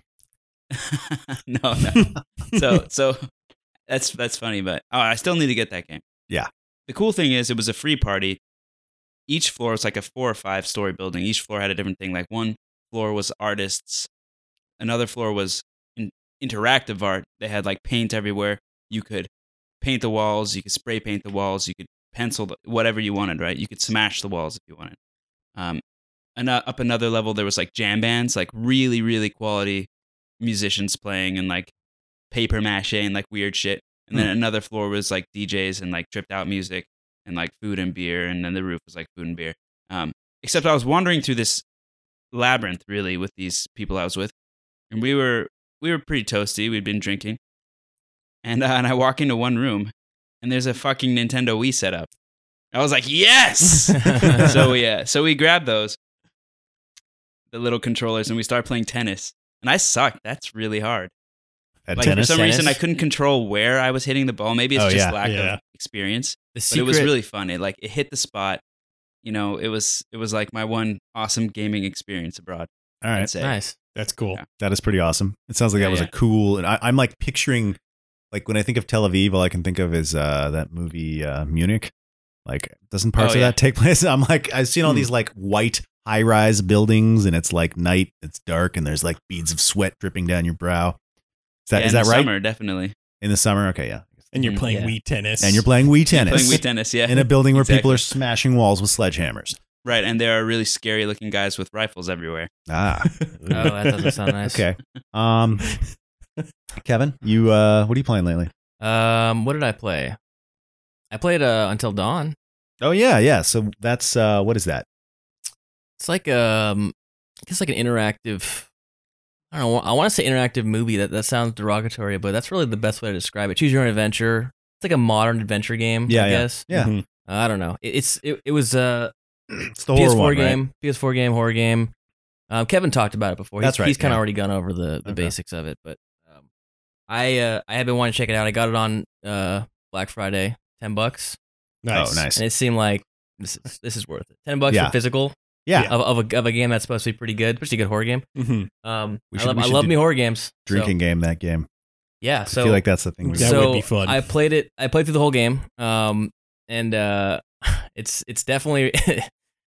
Speaker 4: no, no. so so that's that's funny, but oh, I still need to get that game.
Speaker 1: Yeah.
Speaker 4: The cool thing is, it was a free party. Each floor was like a four or five story building. Each floor had a different thing. Like one floor was artists, another floor was in- interactive art. They had like paint everywhere. You could paint the walls. You could spray paint the walls. You could pencil the, whatever you wanted. Right? You could smash the walls if you wanted. Um, and uh, up another level, there was like jam bands, like really really quality musicians playing and like paper mache and like weird shit. And then another floor was like DJs and like tripped out music and like food and beer. And then the roof was like food and beer. Um, except I was wandering through this labyrinth really with these people I was with, and we were we were pretty toasty. We'd been drinking, and uh, and I walk into one room, and there's a fucking Nintendo Wii set up. I was like, yes. so we uh, so we grabbed those, the little controllers, and we started playing tennis. And I sucked. That's really hard.
Speaker 1: At
Speaker 4: Like
Speaker 1: tennis.
Speaker 4: for some
Speaker 2: Tennis?
Speaker 4: reason, I couldn't control where I was hitting the ball. Maybe it's
Speaker 1: Oh,
Speaker 4: just
Speaker 1: yeah,
Speaker 4: lack
Speaker 3: yeah.
Speaker 4: of experience,
Speaker 2: The
Speaker 4: but
Speaker 2: secret,
Speaker 4: it was really fun. It like it hit the spot. You know, it was it was like my one awesome gaming experience abroad.
Speaker 1: All
Speaker 4: I'd
Speaker 1: right.
Speaker 4: say.
Speaker 2: nice.
Speaker 3: That's cool.
Speaker 4: Yeah.
Speaker 1: That is pretty awesome. It sounds like
Speaker 4: Yeah,
Speaker 1: that was a
Speaker 4: yeah.
Speaker 1: cool. And I, I'm like picturing, like when I think of Tel Aviv, all I can think of is uh, that movie uh, Munich. Like, doesn't parts
Speaker 4: Oh,
Speaker 1: of
Speaker 4: yeah.
Speaker 1: that take place? I'm like, I've seen all
Speaker 4: Hmm.
Speaker 1: these like white high rise buildings, and it's like night, it's dark, and there's like beads of sweat dripping down your brow. Is that
Speaker 4: Yeah,
Speaker 1: is
Speaker 4: in
Speaker 1: that
Speaker 4: the
Speaker 1: right?
Speaker 4: Summer, definitely.
Speaker 1: In the summer, okay, yeah.
Speaker 3: And you're
Speaker 4: Mm,
Speaker 3: playing
Speaker 2: Mm-hmm. yeah.
Speaker 3: Wii tennis.
Speaker 1: And you're playing Wii tennis,
Speaker 4: Playing Wii tennis, yeah.
Speaker 1: in a building where people
Speaker 4: Exactly.
Speaker 1: are smashing walls with sledgehammers.
Speaker 4: right, and there are really scary looking guys with rifles everywhere.
Speaker 1: Ah,
Speaker 2: Oh, that doesn't sound nice.
Speaker 1: okay. Um, Kevin, you uh, what are you playing lately?
Speaker 2: Um, what did I play? I played uh, Until Dawn.
Speaker 1: Oh yeah, yeah. So that's uh, what is that?
Speaker 2: It's like um, I guess like an interactive. I don't know. I want to say interactive movie. That that sounds derogatory, but that's really the best way to describe it. Choose your own adventure. It's like a modern adventure game.
Speaker 1: Yeah,
Speaker 2: I guess.
Speaker 1: Yeah.
Speaker 3: Mhm.
Speaker 2: I don't know. It, it's it, it was uh
Speaker 1: It's the
Speaker 2: PS4
Speaker 1: one, right?
Speaker 2: game, PS4 game, horror game. Um, Kevin talked about it before.
Speaker 1: That's
Speaker 2: he's,
Speaker 1: right,
Speaker 2: He's kind of
Speaker 1: yeah.
Speaker 2: already gone over the, the
Speaker 1: Okay.
Speaker 2: basics of it, but um, I uh, I have been wanting to check it out. I got it on uh, Black Friday, ten bucks,
Speaker 3: nice.
Speaker 1: Oh, nice.
Speaker 2: and it seemed like this is this is worth it. Ten bucks
Speaker 1: Yeah.
Speaker 2: for physical,
Speaker 1: Yeah.
Speaker 2: of, of a of a game that's supposed to be pretty good, pretty good horror game.
Speaker 3: Mhm.
Speaker 2: Um,
Speaker 1: We
Speaker 2: I
Speaker 1: should-
Speaker 2: love
Speaker 1: we
Speaker 2: I
Speaker 1: should
Speaker 2: love
Speaker 1: do
Speaker 2: me horror games. so-
Speaker 1: Drinking game, that game.
Speaker 2: yeah. So
Speaker 1: I feel like that's the thing. we
Speaker 3: That
Speaker 1: do.
Speaker 2: so
Speaker 3: would be fun.
Speaker 2: I played it. I played through the whole game. Um, and uh, it's it's definitely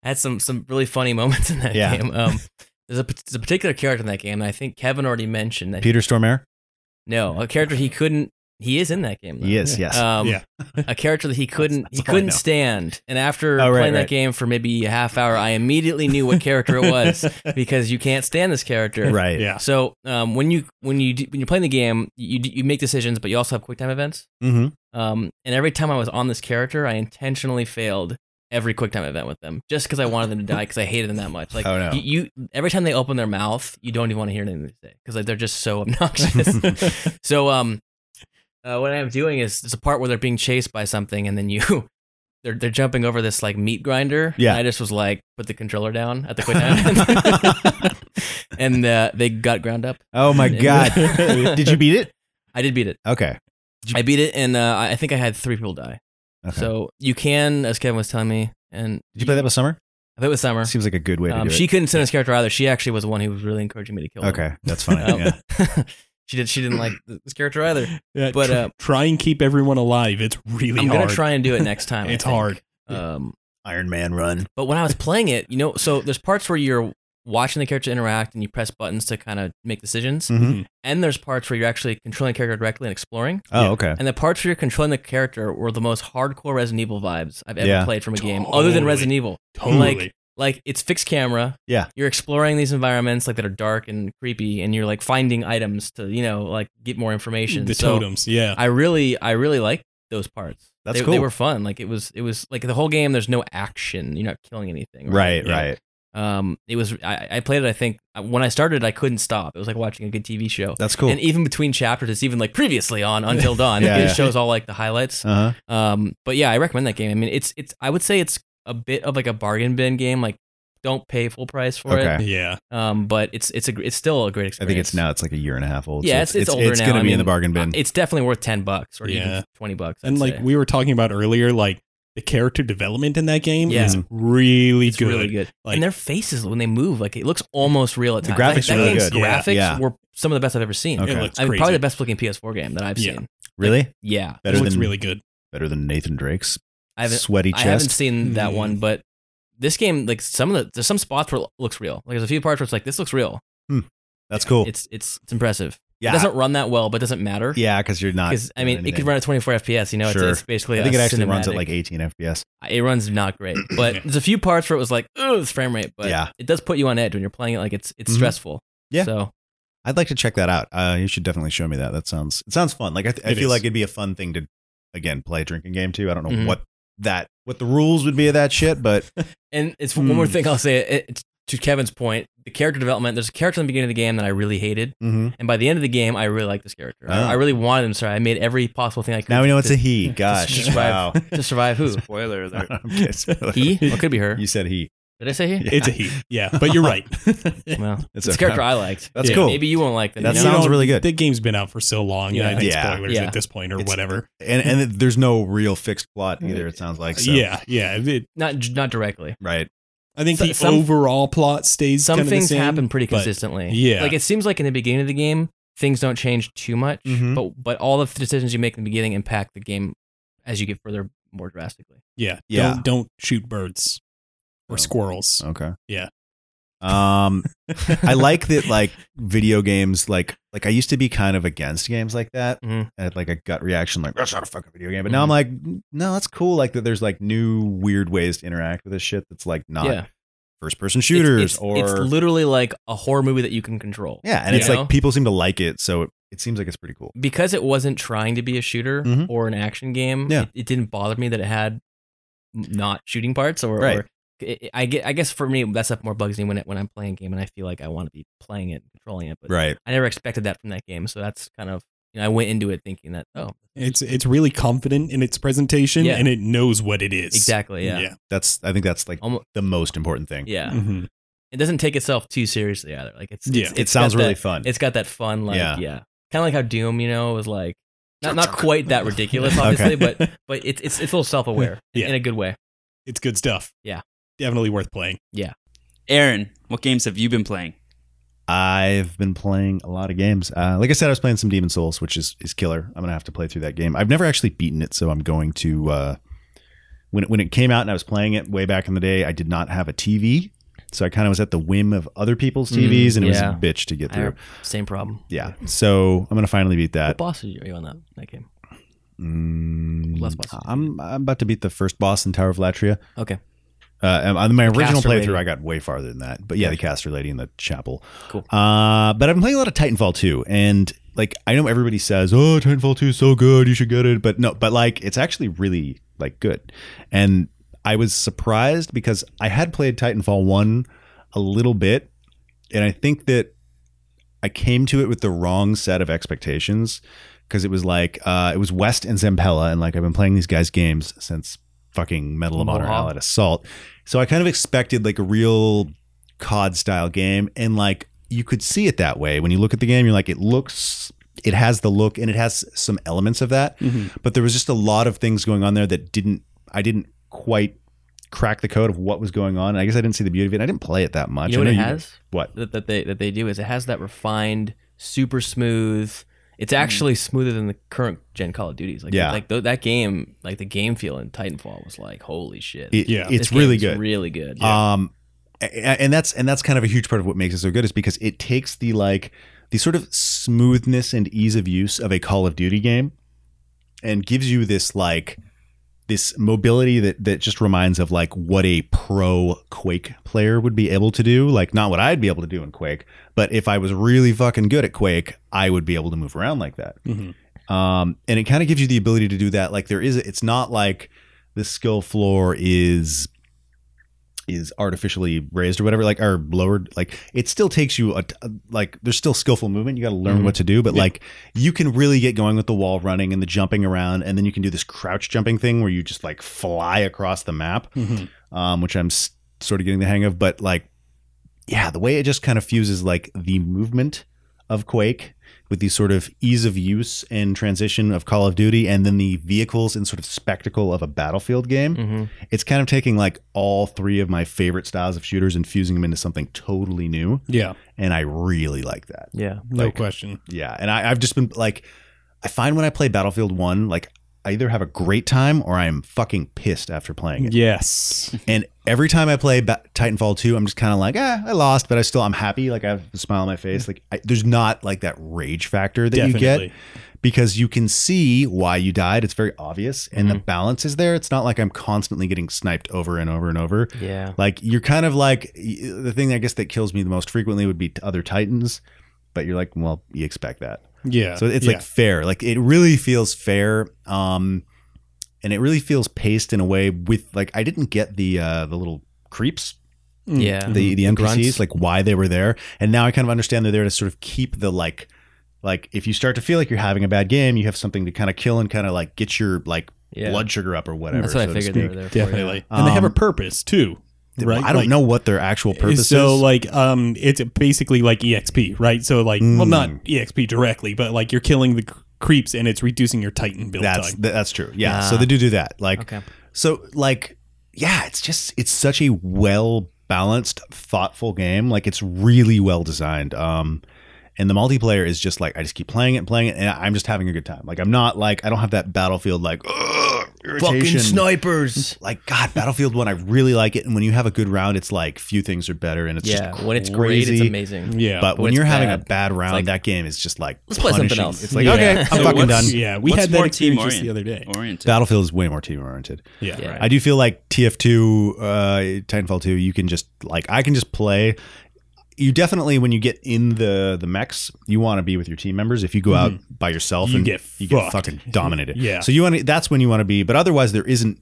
Speaker 2: I had some some really funny moments in that
Speaker 1: Yeah.
Speaker 2: game. Um, there's a, p- there's a particular character in that game, and I think Kevin already mentioned that.
Speaker 1: Peter Stormare?
Speaker 2: no, a character he couldn't. He is in that game. though.
Speaker 1: Yes, yes.
Speaker 2: Um,
Speaker 3: Yeah.
Speaker 2: a character that he couldn't
Speaker 1: That's-
Speaker 2: he
Speaker 1: that's all I
Speaker 2: couldn't
Speaker 1: know.
Speaker 2: stand, and after
Speaker 1: Oh, right,
Speaker 2: playing
Speaker 1: right.
Speaker 2: that game for maybe a half hour, I immediately knew what character it was because you can't stand this character.
Speaker 1: right.
Speaker 3: Yeah.
Speaker 2: So um, when you when you d- when you're playing the game, you d- you make decisions, but you also have quick time events.
Speaker 1: Mm-hmm.
Speaker 2: Um, and every time I was on this character, I intentionally failed every quick time event with them, just because I wanted them to die because I hated them that much. Like
Speaker 1: Oh, no.
Speaker 2: you, you, every time they open their mouth, you don't even want to hear anything they say because like they're just so obnoxious. so um, uh, what I'm doing is there's a part where they're being chased by something, and then you. They're, they're jumping over this like meat grinder.
Speaker 1: Yeah.
Speaker 2: And I just was like, put the controller down at the quick time. and uh, they got ground up.
Speaker 1: Oh my
Speaker 2: And-
Speaker 1: God. Did you beat it?
Speaker 2: I did beat it.
Speaker 1: Okay.
Speaker 2: I beat it, and uh, I I think I had three people die.
Speaker 1: okay.
Speaker 2: So you can, as Kevin was telling me, and
Speaker 1: Did you play that with Summer?
Speaker 2: I bet with Summer,
Speaker 1: Seems like a good way to
Speaker 2: um,
Speaker 1: do
Speaker 2: she
Speaker 1: it.
Speaker 2: couldn't send us character either. She actually was the one who was really encouraging me to kill.
Speaker 1: Okay. That's funny.
Speaker 2: Him.
Speaker 1: yeah.
Speaker 2: Um, she did. She didn't like th- this character either.
Speaker 3: Yeah,
Speaker 2: But,
Speaker 3: tr-
Speaker 2: uh,
Speaker 3: try and keep everyone alive. It's really
Speaker 2: I'm
Speaker 3: hard.
Speaker 2: gonna try and do it next time. I
Speaker 3: It's
Speaker 2: think.
Speaker 3: hard.
Speaker 2: Um,
Speaker 1: Iron Man run.
Speaker 2: but when I was playing it, you know, so there's parts where you're watching the character interact and you press buttons to kind of make decisions,
Speaker 3: Mm-hmm.
Speaker 1: Mhm.
Speaker 2: and there's parts where you're actually controlling the character directly and exploring.
Speaker 1: Oh,
Speaker 3: Yeah.
Speaker 1: okay.
Speaker 2: And the parts where you're controlling the character were the most hardcore Resident Evil vibes I've ever
Speaker 1: Yeah.
Speaker 2: played from a game, other than
Speaker 3: Totally.
Speaker 2: Resident Evil.
Speaker 3: Totally.
Speaker 2: Like, like it's fixed camera.
Speaker 1: Yeah.
Speaker 2: You're exploring these environments like that are dark and creepy and you're like finding items to, you know, like get more information.
Speaker 3: the
Speaker 2: so
Speaker 3: totems. Yeah.
Speaker 2: I really I really liked those parts.
Speaker 1: That's
Speaker 2: they,
Speaker 1: cool.
Speaker 2: They were fun. Like it was it was like the whole game there's no action. You're not killing anything.
Speaker 1: Right,
Speaker 3: Yeah.
Speaker 1: right.
Speaker 2: Um it was I, I played it I think uh, when I started I couldn't stop. It was like watching a good TV show.
Speaker 1: That's cool.
Speaker 2: And even between chapters, it's even like previously on Until Dawn.
Speaker 1: Yeah,
Speaker 2: it
Speaker 1: yeah.
Speaker 2: shows all like the highlights.
Speaker 1: Uh-huh.
Speaker 2: Um, but yeah, I recommend that game. I mean, it's it's. I would say it's a bit of like a bargain bin game. Like, don't pay full price for
Speaker 1: Okay.
Speaker 3: yeah.
Speaker 2: it. Um, but it's it's a gr- it's still a great
Speaker 1: I
Speaker 2: experience.
Speaker 1: think it's now it's like a year and a half old.
Speaker 2: Yeah,
Speaker 1: so
Speaker 2: it's- it's older
Speaker 1: It's
Speaker 2: now,
Speaker 1: going to
Speaker 2: I
Speaker 1: be in the
Speaker 2: mean,
Speaker 1: bargain
Speaker 2: Uh,
Speaker 1: bin.
Speaker 2: It's definitely worth ten bucks or
Speaker 3: Yeah.
Speaker 2: even twenty bucks. I'd
Speaker 3: And like
Speaker 2: say.
Speaker 3: we were talking about earlier, like the character development in that game
Speaker 2: Yeah.
Speaker 3: is really
Speaker 2: it's
Speaker 3: good.
Speaker 2: really good.
Speaker 3: Like-
Speaker 2: and their faces when they move, like it looks almost real at
Speaker 1: The
Speaker 2: times. Like,
Speaker 1: graphics
Speaker 2: that
Speaker 1: are really
Speaker 2: game's
Speaker 1: good.
Speaker 3: Yeah.
Speaker 2: Graphics
Speaker 1: Yeah.
Speaker 2: were some of the best I've ever seen.
Speaker 1: Okay.
Speaker 3: It looks
Speaker 2: I mean,
Speaker 3: crazy.
Speaker 2: probably the best looking PS4 game that I've
Speaker 3: Yeah.
Speaker 2: seen.
Speaker 1: Really?
Speaker 2: Yeah,
Speaker 1: Better
Speaker 3: it looks
Speaker 1: than
Speaker 3: really good.
Speaker 1: better than Nathan Drake's
Speaker 2: I haven't.
Speaker 1: sweaty
Speaker 2: I haven't
Speaker 1: chest. Mm.
Speaker 2: seen that
Speaker 3: Hmm.
Speaker 2: one, but this game, like some of the, there's some spots where it looks real. Like there's a few parts where it's like this looks real.
Speaker 1: That's cool.
Speaker 2: It's it's it's impressive. It
Speaker 1: yeah,
Speaker 2: doesn't run that well, but it doesn't matter.
Speaker 1: yeah, because you're not.
Speaker 2: Because I mean, it
Speaker 1: anything.
Speaker 2: could run at 24 FPS. You know,
Speaker 1: Sure.
Speaker 2: it's, it's basically.
Speaker 1: I think
Speaker 2: a
Speaker 1: it actually runs
Speaker 2: cinematic.
Speaker 1: at like 18 FPS.
Speaker 2: It runs not great, but
Speaker 3: Yeah.
Speaker 2: there's a few parts where it was like, oh, this frame rate, but
Speaker 1: Yeah.
Speaker 2: it does put you on edge when you're playing it. Like it's it's
Speaker 1: Mhm.
Speaker 2: stressful.
Speaker 1: Yeah.
Speaker 2: So
Speaker 1: I'd like to check that out. Uh, you should definitely show me that. That sounds it sounds fun. Like I, th- I
Speaker 3: It
Speaker 1: feel
Speaker 3: is.
Speaker 1: like it'd be a fun thing to again play a drinking game too. I don't know
Speaker 2: Mhm.
Speaker 1: what that what the rules would be of that shit, but
Speaker 2: And it's one more
Speaker 1: Hmm.
Speaker 2: thing I'll say. It, it's to Kevin's point, the character development. There's a character in the beginning of the game that I really hated,
Speaker 1: mhm.
Speaker 2: and by the end of the game, I really liked this character.
Speaker 1: Ah.
Speaker 2: I, I really wanted him. Sorry, I made every possible thing I could.
Speaker 1: now we know it's a
Speaker 2: to,
Speaker 1: he. Gosh,
Speaker 2: just
Speaker 1: wow.
Speaker 2: to survive. Who
Speaker 4: Spoiler alert.
Speaker 1: I'm kidding.
Speaker 2: he? Well, it could be her.
Speaker 1: You said he.
Speaker 2: Did I say he?
Speaker 1: Yeah.
Speaker 3: It's a heat. Yeah, but you're right.
Speaker 2: Well,
Speaker 1: It's
Speaker 2: it's,
Speaker 1: okay.
Speaker 2: a character I liked.
Speaker 1: That's
Speaker 3: Yeah.
Speaker 1: cool.
Speaker 2: Maybe you won't like them.
Speaker 1: That
Speaker 2: you know?
Speaker 1: sounds
Speaker 3: know,
Speaker 1: really good.
Speaker 3: the game's been out for so long. Yeah,
Speaker 2: Yeah.
Speaker 3: I think
Speaker 1: Yeah.
Speaker 3: spoilers
Speaker 2: Yeah.
Speaker 3: at this point or
Speaker 1: It's-
Speaker 3: whatever.
Speaker 1: and and there's no real fixed plot either. It sounds like so.
Speaker 3: Yeah, yeah. it-
Speaker 2: not not directly.
Speaker 1: right.
Speaker 3: I think
Speaker 2: So-
Speaker 3: the
Speaker 2: some-
Speaker 3: overall plot stays.
Speaker 2: Some
Speaker 3: kind of the
Speaker 2: things
Speaker 3: same,
Speaker 2: happen pretty
Speaker 3: but-
Speaker 2: consistently.
Speaker 3: yeah.
Speaker 2: like it seems like in the beginning of the game, things don't change too much,
Speaker 1: Mhm.
Speaker 2: but but all of the decisions you make in the beginning impact the game as you get further more drastically.
Speaker 3: Yeah,
Speaker 1: Yeah.
Speaker 3: Don't, don't shoot birds or
Speaker 1: Oh.
Speaker 3: squirrels.
Speaker 1: Okay.
Speaker 3: Yeah.
Speaker 1: Um, I like that. Like video games, like like I used to be kind of against games like that.
Speaker 2: Mhm.
Speaker 1: I had like a gut reaction, like that's not a fucking video game. But now I'm like,
Speaker 2: Mm-hmm.
Speaker 1: no, that's cool. Like that, there's like new weird ways to interact with this shit. That's like not
Speaker 2: yeah,
Speaker 1: first person shooters
Speaker 2: It's, it's,
Speaker 1: or
Speaker 2: it's literally like a horror movie that you can control.
Speaker 1: yeah, and it's
Speaker 2: you know?
Speaker 1: like people seem to like it, so it, it seems like it's pretty cool.
Speaker 2: because it wasn't trying to be a shooter
Speaker 1: Mhm.
Speaker 2: or an action game.
Speaker 1: Yeah.
Speaker 2: It, it didn't bother me that it had not shooting parts or.
Speaker 1: Right.
Speaker 2: or it- it- I get. I guess for me, that stuff more bugs me when it, when I'm playing a game and I feel like I want to be playing it, and controlling it. But
Speaker 1: Right.
Speaker 2: I never expected that from that game, so that's kind of you know I went into it thinking that oh
Speaker 3: It's it's really confident in its presentation
Speaker 2: Yeah.
Speaker 3: and it knows what it is.
Speaker 2: exactly yeah yeah,
Speaker 1: That's I think that's like
Speaker 2: Almo-
Speaker 1: the most important thing.
Speaker 3: Mhm.
Speaker 2: it doesn't take itself too seriously either. Like it's,
Speaker 3: Yeah.
Speaker 2: it's-
Speaker 1: Mm. It
Speaker 2: it's
Speaker 1: sounds
Speaker 2: got
Speaker 1: really
Speaker 2: that,
Speaker 1: fun.
Speaker 2: It's got that fun like
Speaker 1: Yeah.
Speaker 2: yeah, kind of like how Doom you know was like not not quite that ridiculous obviously, but but it's it's it's a little self aware
Speaker 3: Yeah.
Speaker 2: in a good way.
Speaker 3: It's good stuff.
Speaker 2: Yeah.
Speaker 3: Definitely worth playing.
Speaker 4: Aaron, what games have you been playing?
Speaker 1: I've been playing a lot of games. Uh, like I said, I was playing some Demon Souls, which is is killer. I'm gonna have to play through that game. I've never actually beaten it, so I'm going to. Uh, when it, when it came out and I was playing it way back in the day, I did not have a TV, so I kind of was at the whim of other people's
Speaker 2: Mm,
Speaker 1: TVs, and it was
Speaker 2: yeah.
Speaker 1: a bitch to get
Speaker 2: I-
Speaker 1: through.
Speaker 2: Same problem.
Speaker 1: Yeah, so I'm gonna finally beat
Speaker 2: What
Speaker 1: that.
Speaker 2: boss are you on that that game?
Speaker 1: Mm,
Speaker 2: Last boss.
Speaker 1: I'm I'm about to beat the first boss in Tower of Latria.
Speaker 2: Okay.
Speaker 1: Uh, and on my original
Speaker 2: caster
Speaker 1: playthrough,
Speaker 2: lady.
Speaker 1: I got way farther than that. But yeah, the caster lady in the chapel.
Speaker 2: Cool.
Speaker 1: Uh, but I've been playing a lot of Titanfall 2, and like I know everybody says, "Oh, Titanfall 2 is so good, you should get it," but no, but like it's actually really like good. And I was surprised because I had played Titanfall 1 a little bit, and I think that I came to it with the wrong set of expectations because it was like uh, it was West and Zampella, and like I've been playing these guys' games since fucking Medal of Honor
Speaker 2: Mohawk.
Speaker 1: Allied Assault, so I kind of expected like a real COD style game, and like you could see it that way when you look at the game. You're like, it looks, it has the look, and it has some elements of that,
Speaker 2: Mm-hmm.
Speaker 1: but there was just a lot of things going on there that didn't I didn't quite crack the code of what was going on. And I guess I didn't see the beauty of it. I didn't play it that much.
Speaker 2: You know
Speaker 1: I
Speaker 2: what it has
Speaker 1: What?
Speaker 2: that, that they that they do is it has that refined, super smooth. It's actually smoother than the current gen Call of Duties. Like
Speaker 1: Yeah.
Speaker 2: like th- that game, like the game feel in Titanfall was like holy shit.
Speaker 1: It-
Speaker 3: Yeah.
Speaker 1: it's
Speaker 2: This game
Speaker 1: really
Speaker 2: is
Speaker 1: good.
Speaker 2: Really good.
Speaker 1: Um, a- a- and that's and that's kind of a huge part of what makes it so good is because it takes the like the sort of smoothness and ease of use of a Call of Duty game, and gives you this like this mobility that that just reminds of like what a pro Quake player would be able to do. Like not what I'd be able to do in Quake, but if I was really fucking good at Quake, I would be able to move around like that
Speaker 2: Mm-hmm.
Speaker 3: Mhm.
Speaker 1: um, and it kind of gives you the ability to do that. Like there is, it's not like the skill floor is is artificially raised or whatever, like or lowered. Like it still takes you a t- uh, like there's still skillful movement. You got to learn
Speaker 2: Mhm.
Speaker 1: what to do, but
Speaker 3: Yeah.
Speaker 1: like you can really get going with the wall running and the jumping around, and then you can do this crouch jumping thing where you just like fly across the map
Speaker 3: Mhm.
Speaker 1: um, which I'm s- sort of getting the hang of. But like, yeah, the way it just kind of fuses like the movement of Quake with the sort of ease of use and transition of Call of Duty and then the vehicles and sort of spectacle of a battlefield game.
Speaker 2: Mm. Mm-hmm.
Speaker 1: It's kind of taking like all three of my favorite styles of shooters and fusing them into something totally new.
Speaker 3: Yeah,
Speaker 1: And I really like that.
Speaker 2: Yeah.
Speaker 3: no
Speaker 1: Like-
Speaker 3: question.
Speaker 1: Yeah, and I, I've just been like, I find when I play Battlefield One, like I either have a great time or I'm fucking pissed after playing it.
Speaker 3: Yes.
Speaker 1: And every time I play ba- Titanfall Two, I'm just kind of like, ah, I lost, but I still I'm happy. Like I have a smile on my face. Like I, there's not like that rage factor that you
Speaker 3: Definitely.
Speaker 1: get because you can see why you died. It's very obvious, and the balance is there. It's not like I'm constantly getting sniped over and over and over.
Speaker 2: Yeah.
Speaker 1: Like you're kind of like y- the thing I guess that kills me the most frequently would be t- other Titans, but you're like, well, you expect that.
Speaker 3: Yeah.
Speaker 1: So it's
Speaker 3: yeah.
Speaker 1: like fair. Like it really feels fair. Um and it really feels paced in a way with like I didn't get the uh the little creeps,
Speaker 3: Mm.
Speaker 2: Yeah.
Speaker 1: the the
Speaker 2: Mm-hmm.
Speaker 1: NPCs,
Speaker 2: The grunts.
Speaker 1: like why they were there. And now I kind of understand they're there to sort of keep the like like if you start to feel like you're having a bad game, you have something to kind of kill and kind of like get your like
Speaker 2: Yeah.
Speaker 1: blood sugar up or whatever.
Speaker 2: That's what
Speaker 1: so to
Speaker 2: I figured they
Speaker 1: speak.
Speaker 2: were there for. yeah.
Speaker 3: definitely. and they have a
Speaker 1: Um,
Speaker 3: purpose too, right?
Speaker 1: I don't
Speaker 3: Like,
Speaker 1: know what their actual purpose
Speaker 3: so
Speaker 1: is.
Speaker 3: like um it's basically like exp right so like well not
Speaker 1: Mm.
Speaker 3: exp directly but like you're killing the cr- creeps and it's reducing your titan build
Speaker 1: that's
Speaker 3: time
Speaker 1: th- that's true. Yeah. So
Speaker 2: Ah.
Speaker 1: they do do that. Like
Speaker 2: Okay.
Speaker 1: So like yeah, it's just it's such a well balanced, thoughtful game. Like it's really well designed. Um and the multiplayer is just like I just keep playing it, and playing it, and I'm just having a good time. Like I'm not like I don't have that battlefield like "Ugh, irritation.
Speaker 2: snipers.
Speaker 1: Like God, Battlefield One, I really like it. And when you have a good round, it's like few things are better, and it's
Speaker 2: Yeah.
Speaker 1: just
Speaker 2: When it's great,
Speaker 1: crazy.
Speaker 2: it's amazing.
Speaker 3: yeah
Speaker 1: But
Speaker 2: But
Speaker 1: when
Speaker 2: it's
Speaker 1: you're having a
Speaker 2: bad,
Speaker 1: bad round,
Speaker 2: like,
Speaker 1: that game is just like
Speaker 2: let's play something
Speaker 1: punishing.
Speaker 2: else.
Speaker 1: It's like
Speaker 3: Yeah.
Speaker 1: okay, I'm
Speaker 3: So
Speaker 1: fucking done.
Speaker 4: what's-
Speaker 3: yeah we
Speaker 4: What's
Speaker 3: had that
Speaker 4: more
Speaker 3: experience just
Speaker 4: team-oriented?
Speaker 3: the other day
Speaker 4: Oriented.
Speaker 1: Battlefield is way more team oriented.
Speaker 3: yeah,
Speaker 2: Yeah.
Speaker 3: right.
Speaker 1: I do feel like TF2, uh, Titanfall 2, you can just like I can just play. You definitely when you get in the the mechs, you want to be with your team members. If you go out by yourself,
Speaker 3: Mm-hmm. You
Speaker 1: and
Speaker 3: get
Speaker 1: you get
Speaker 3: fucked.
Speaker 1: fucking dominated.
Speaker 3: Yeah.
Speaker 1: So you want to that's when you want to be. But otherwise, there isn't.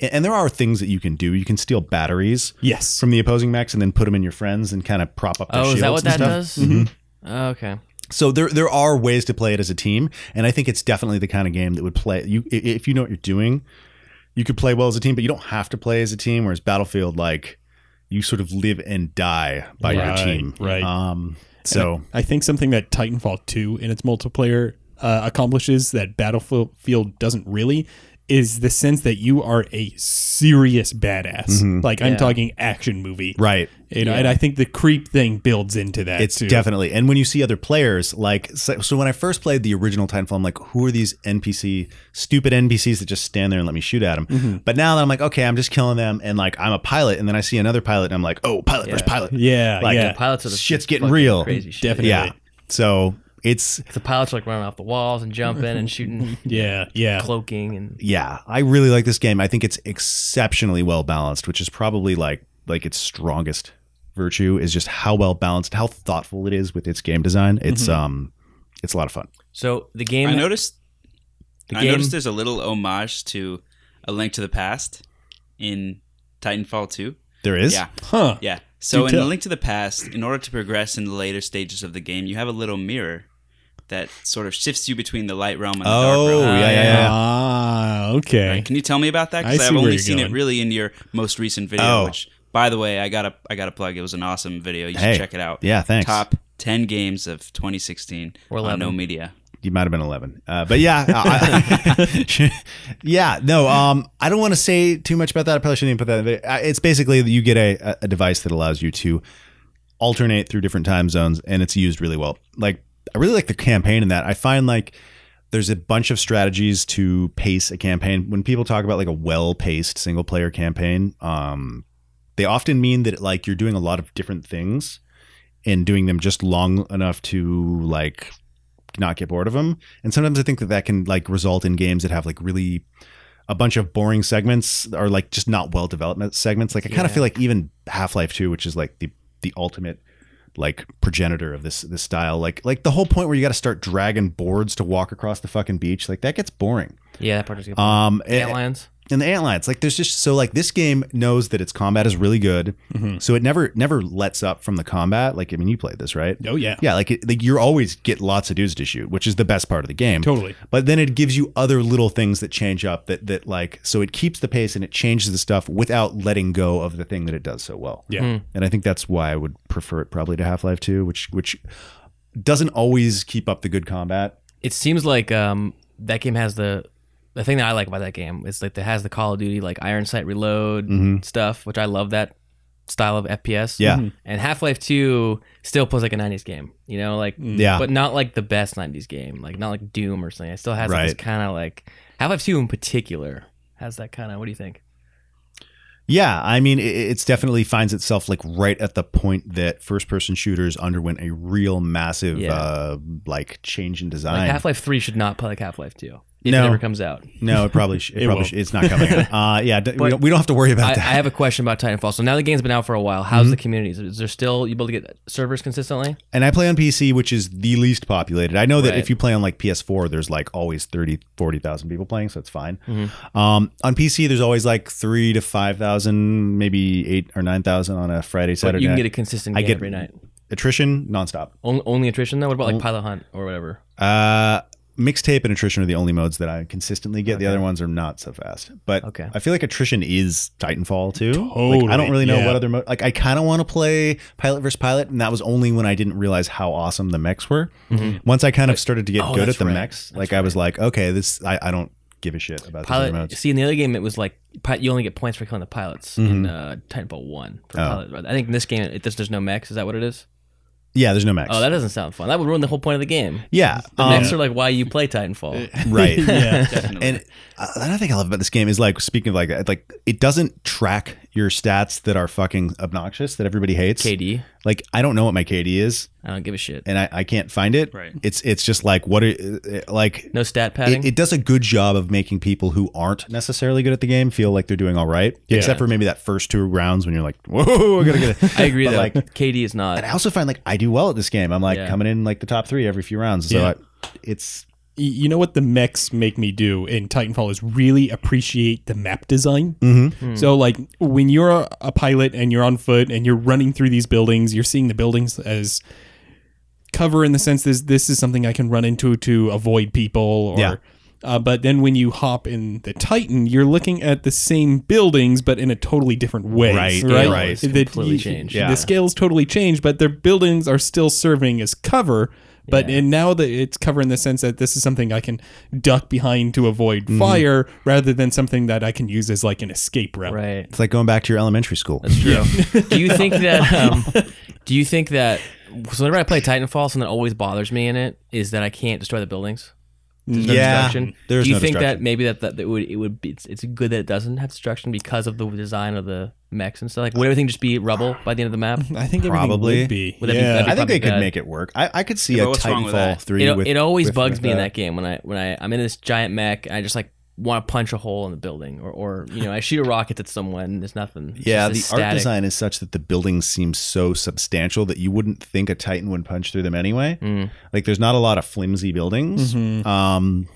Speaker 1: and- And there are things that you can do. You can steal batteries
Speaker 3: yes
Speaker 1: from the opposing mechs and then put them in your friends and kind of prop up. Their
Speaker 2: Oh, is that
Speaker 1: shields
Speaker 2: what
Speaker 1: and
Speaker 2: that
Speaker 1: stuff. Mm-hmm.
Speaker 2: does? Oh, okay.
Speaker 1: So there there are ways to play it as a team, and I think it's definitely the kind of game that would play you i- if you know what you're doing. You could play well as a team, but you don't have to play as a team. Whereas Battlefield, like you sort of live and die by
Speaker 3: Right,
Speaker 1: your team,
Speaker 3: right.
Speaker 1: Um, so
Speaker 3: I think something that Titanfall 2 in its multiplayer uh, accomplishes that Battlefield doesn't really is the sense that you are a serious badass.
Speaker 1: Mhm.
Speaker 3: Like I'm
Speaker 2: Yeah.
Speaker 3: talking action movie.
Speaker 1: right,
Speaker 3: You know,
Speaker 2: Yeah.
Speaker 3: and I think the creep thing builds into that
Speaker 1: it's
Speaker 3: too.
Speaker 1: definitely. And when you see other players, like so, so when I first played the original Titanfall, I'm like, who are these NPC stupid NPCs that just stand there and let me shoot at them?
Speaker 3: Mhm.
Speaker 1: But now that I'm like, okay, I'm just killing them, and like I'm a pilot, and then I see another pilot, and I'm like, oh, pilot versus
Speaker 2: Yeah.
Speaker 1: pilot,
Speaker 3: Yeah,
Speaker 1: Like,
Speaker 3: yeah.
Speaker 2: Pilots are the
Speaker 1: Shit's getting
Speaker 2: fucking
Speaker 1: real.
Speaker 2: Crazy shit.
Speaker 3: Definitely.
Speaker 1: yeah. So it's
Speaker 2: The pilots are like running off the walls and jumping and shooting,
Speaker 3: Yeah, yeah.
Speaker 2: cloaking and
Speaker 1: yeah, I really like this game. I think it's exceptionally well balanced, which is probably like like its strongest virtue is just how well balanced, how thoughtful it is with its game design. It's
Speaker 4: Mm-hmm.
Speaker 1: um it's a lot of fun.
Speaker 2: so the
Speaker 4: I
Speaker 2: game.
Speaker 4: noticed.
Speaker 2: the
Speaker 4: I
Speaker 2: game-
Speaker 4: noticed there's a little homage to A Link to the Past in Titanfall 2.
Speaker 1: There is.
Speaker 4: Yeah,
Speaker 3: Huh.
Speaker 4: yeah. So
Speaker 3: Do
Speaker 4: in
Speaker 3: tell.
Speaker 4: A Link to the Past, in order to progress in the later stages of the game, you have a little mirror that sort of shifts you between the light realm and the
Speaker 1: Oh,
Speaker 4: dark Uh, realm.
Speaker 1: yeah, yeah, yeah.
Speaker 3: Ah, okay.
Speaker 4: Right. Can you tell me about that?
Speaker 3: I
Speaker 4: Because
Speaker 3: see
Speaker 4: I've
Speaker 3: where
Speaker 4: only
Speaker 3: you're
Speaker 4: seen
Speaker 3: going.
Speaker 4: it really in your most recent video.
Speaker 1: Oh.
Speaker 4: Which, by the way, I gotta I gotta plug. It was an awesome video. You should
Speaker 1: Hey.
Speaker 4: check it out.
Speaker 1: Yeah, thanks.
Speaker 4: Top ten games of 2016
Speaker 2: Or
Speaker 4: on
Speaker 2: 11.
Speaker 4: No Media.
Speaker 1: You might have been 11. Uh, but yeah, I, yeah, no, um, I don't want to say too much about that. I probably shouldn't even put that in the video. Uh, It's basically that you get a, a device that allows you to alternate through different time zones and it's used really well. Like, I really like the campaign in that. I find like there's a bunch of strategies to pace a campaign. When people talk about like a well paced single player campaign, um, they often mean that like you're doing a lot of different things and doing them just long enough to like not get bored of them. And sometimes I think that that can like result in games that have like really a bunch of boring segments or like just not well developed segments. Like I kind
Speaker 2: Yeah.
Speaker 1: of feel like even Half Life Two, which is like the the ultimate like progenitor of this this style, like like the whole point where you got to start dragging boards to walk across the fucking beach, like that gets boring.
Speaker 2: yeah, that part is good.
Speaker 1: Um,
Speaker 2: Ant
Speaker 1: and-
Speaker 2: lions.
Speaker 1: and the antlions like there's just so like this game knows that its combat is really good
Speaker 3: Mhm.
Speaker 1: so it never never lets up from the combat like i mean you played this right
Speaker 3: Oh yeah.
Speaker 1: yeah like, it, like you always get lots of dudes to shoot which is the best part of the game
Speaker 3: Totally.
Speaker 1: but then it gives you other little things that change up that that like so it keeps the pace and it changes the stuff without letting go of the thing that it does so well
Speaker 3: Yeah.
Speaker 1: and i think that's why i would prefer it probably to half-life 2 which which doesn't always keep up the good combat.
Speaker 2: It seems like um, that game has the the thing that I like about that game is like it has the Call of Duty like Iron Sight Reload
Speaker 1: Mm-hmm.
Speaker 2: stuff, which I love that style of FPS.
Speaker 1: Yeah,
Speaker 3: Mhm.
Speaker 2: And Half Life Two still plays like a '90s game, you know, like
Speaker 3: Mm. Mm-hmm.
Speaker 1: yeah,
Speaker 2: but not like the best '90s game, like not like Doom or something. It still has like,
Speaker 1: Right.
Speaker 2: this kind of like Half Life Two in particular has that kind of. What do you think?
Speaker 1: yeah. I mean, it, it's definitely finds itself like right at the point that first-person shooters underwent a real massive
Speaker 2: Yeah.
Speaker 1: uh, like change in design.
Speaker 2: Like Half Life Three should not play like Half Life Two. If
Speaker 1: No.
Speaker 2: it ever comes out.
Speaker 1: no, it probably sh- it,
Speaker 3: It
Speaker 1: probably
Speaker 3: won't.
Speaker 1: sh- it's not coming. out. Uh, yeah, d- we,
Speaker 2: But
Speaker 1: don't, we don't have to worry about
Speaker 2: I, I
Speaker 1: that.
Speaker 2: have a question about Titanfall. So now the game's been out for a while. How's
Speaker 1: Mhm.
Speaker 2: the community? Is there still you able to get servers consistently?
Speaker 1: and I play on PC, which is the least populated. I know that
Speaker 2: Right.
Speaker 1: if you play on like PS4, there's like always 30, 40,000 people playing, so it's fine.
Speaker 2: Mhm.
Speaker 1: Um, on PC, there's always like three to 5,000, maybe eight or 9,000 on a Friday,
Speaker 2: But
Speaker 1: Saturday
Speaker 2: you can get
Speaker 1: night.
Speaker 2: a consistent
Speaker 1: I
Speaker 2: game
Speaker 1: get-
Speaker 2: every night.
Speaker 1: attrition, nonstop.
Speaker 2: Only, only attrition though. What about
Speaker 1: Well-
Speaker 2: like Pilot Hunt or whatever?
Speaker 1: Uh, mixtape and attrition are the only modes that I consistently get. The
Speaker 2: Okay.
Speaker 1: other ones are not so fast. But
Speaker 2: Okay.
Speaker 1: I feel like attrition is Titanfall too.
Speaker 3: Totally,
Speaker 1: Like, I don't really know
Speaker 3: yeah.
Speaker 1: what other mode. Like I kind of want to play Pilot versus Pilot, and that was only when I didn't realize how awesome the mechs were.
Speaker 2: Mhm.
Speaker 1: Once I kind of started to get
Speaker 2: Oh,
Speaker 1: good at
Speaker 2: that's
Speaker 1: the
Speaker 2: right.
Speaker 1: mechs,
Speaker 2: That's
Speaker 1: like I was like, okay, this I, I don't give a shit about these other
Speaker 2: Pilot.
Speaker 1: modes.
Speaker 2: See, in the other game, it was like pi- you only get points for killing the pilots in uh, Titanfall One. For
Speaker 1: Mm-hmm. Oh.
Speaker 2: pilot. I think in this game, it, there's, there's no mechs. Is that what it is?
Speaker 1: Yeah, there's no mechs.
Speaker 2: Oh, that doesn't sound fun. That would ruin the whole point of the game.
Speaker 1: yeah,
Speaker 2: The
Speaker 1: um,
Speaker 2: mechs are like why you play Titanfall.
Speaker 1: right.
Speaker 3: yeah.
Speaker 4: Definitely.
Speaker 1: And uh, another thing I love about this game is like speaking of like that, like it doesn't track your stats that are fucking obnoxious that everybody hates.
Speaker 2: KD.
Speaker 1: Like I don't know what my KD is,
Speaker 2: I don't give a shit.
Speaker 1: and I, I can't find it.
Speaker 4: Right.
Speaker 1: It's it's just like what are uh, like
Speaker 2: No stat padding.
Speaker 1: it, it does a good job of making people who aren't necessarily good at the game feel like they're doing all right,
Speaker 3: Yeah.
Speaker 1: except for maybe that first two rounds when you're like, whoa, I gotta get it.
Speaker 2: I agree
Speaker 1: But,
Speaker 2: though.
Speaker 1: like-
Speaker 2: KD is not.
Speaker 1: and I also find like I do well at this game. I'm like
Speaker 2: Yeah.
Speaker 1: coming in like the top three every few rounds. So
Speaker 3: Yeah.
Speaker 1: I, it's
Speaker 3: Y- You know what the mechs make me do in Titanfall is really appreciate the map design.
Speaker 1: Mm-hmm.
Speaker 2: Hmm.
Speaker 3: So like when you're a pilot and you're on foot and you're running through these buildings, you're seeing the buildings as cover in the sense that this is something I can run into to avoid people or
Speaker 1: Yeah.
Speaker 3: uh, but then when you hop in the Titan, you're looking at the same buildings but in a totally different way.
Speaker 1: Right,
Speaker 3: Right.
Speaker 1: yeah, right.
Speaker 3: The-
Speaker 2: Completely
Speaker 3: you-
Speaker 2: changed.
Speaker 1: Yeah.
Speaker 3: The scales totally changed, but their buildings are still serving as cover. But
Speaker 2: Yeah.
Speaker 3: and now that it's cover in the sense that this is something I can duck behind to avoid
Speaker 1: Mm-hmm.
Speaker 3: fire rather than something that I can use as like an escape route.
Speaker 2: Right.
Speaker 1: it's like going back to your elementary school.
Speaker 2: That's true. do you think that? Um, do you think that? So whenever I play Titanfall, something that always bothers me in it is that I can't destroy the buildings. There's no
Speaker 1: Yeah,
Speaker 2: destruction.
Speaker 1: there's
Speaker 2: do you
Speaker 1: no
Speaker 2: think that
Speaker 1: destruction.
Speaker 2: maybe that, that, that would it would be it's, it's good that it doesn't have destruction because of the design of the mechs and stuff? Like would everything just be rubble by the end of the map?
Speaker 3: I think everything
Speaker 1: Probably.
Speaker 3: would be.
Speaker 2: Would that be-
Speaker 3: yeah.
Speaker 2: that'd be
Speaker 1: I think they
Speaker 2: probably
Speaker 1: could
Speaker 2: bad.
Speaker 1: make it work. I, I could see
Speaker 4: Yeah,
Speaker 1: a
Speaker 4: but what's wrong with
Speaker 1: Titanfall
Speaker 4: that?
Speaker 1: three.
Speaker 2: It,
Speaker 1: with,
Speaker 2: it always
Speaker 1: with-
Speaker 2: bugs
Speaker 1: with
Speaker 2: me in that game when I when I I'm in this giant mech and I just like want to punch a hole in the building or or you know I shoot a rocket at someone and there's nothing. It's
Speaker 1: Yeah, the
Speaker 2: just this
Speaker 1: art
Speaker 2: static-
Speaker 1: design is such that the buildings seem so substantial that you wouldn't think a Titan would punch through them anyway.
Speaker 2: Mm.
Speaker 1: Like, there's not a lot of flimsy buildings.
Speaker 2: Mm-hmm.
Speaker 3: Mhm.
Speaker 1: Um,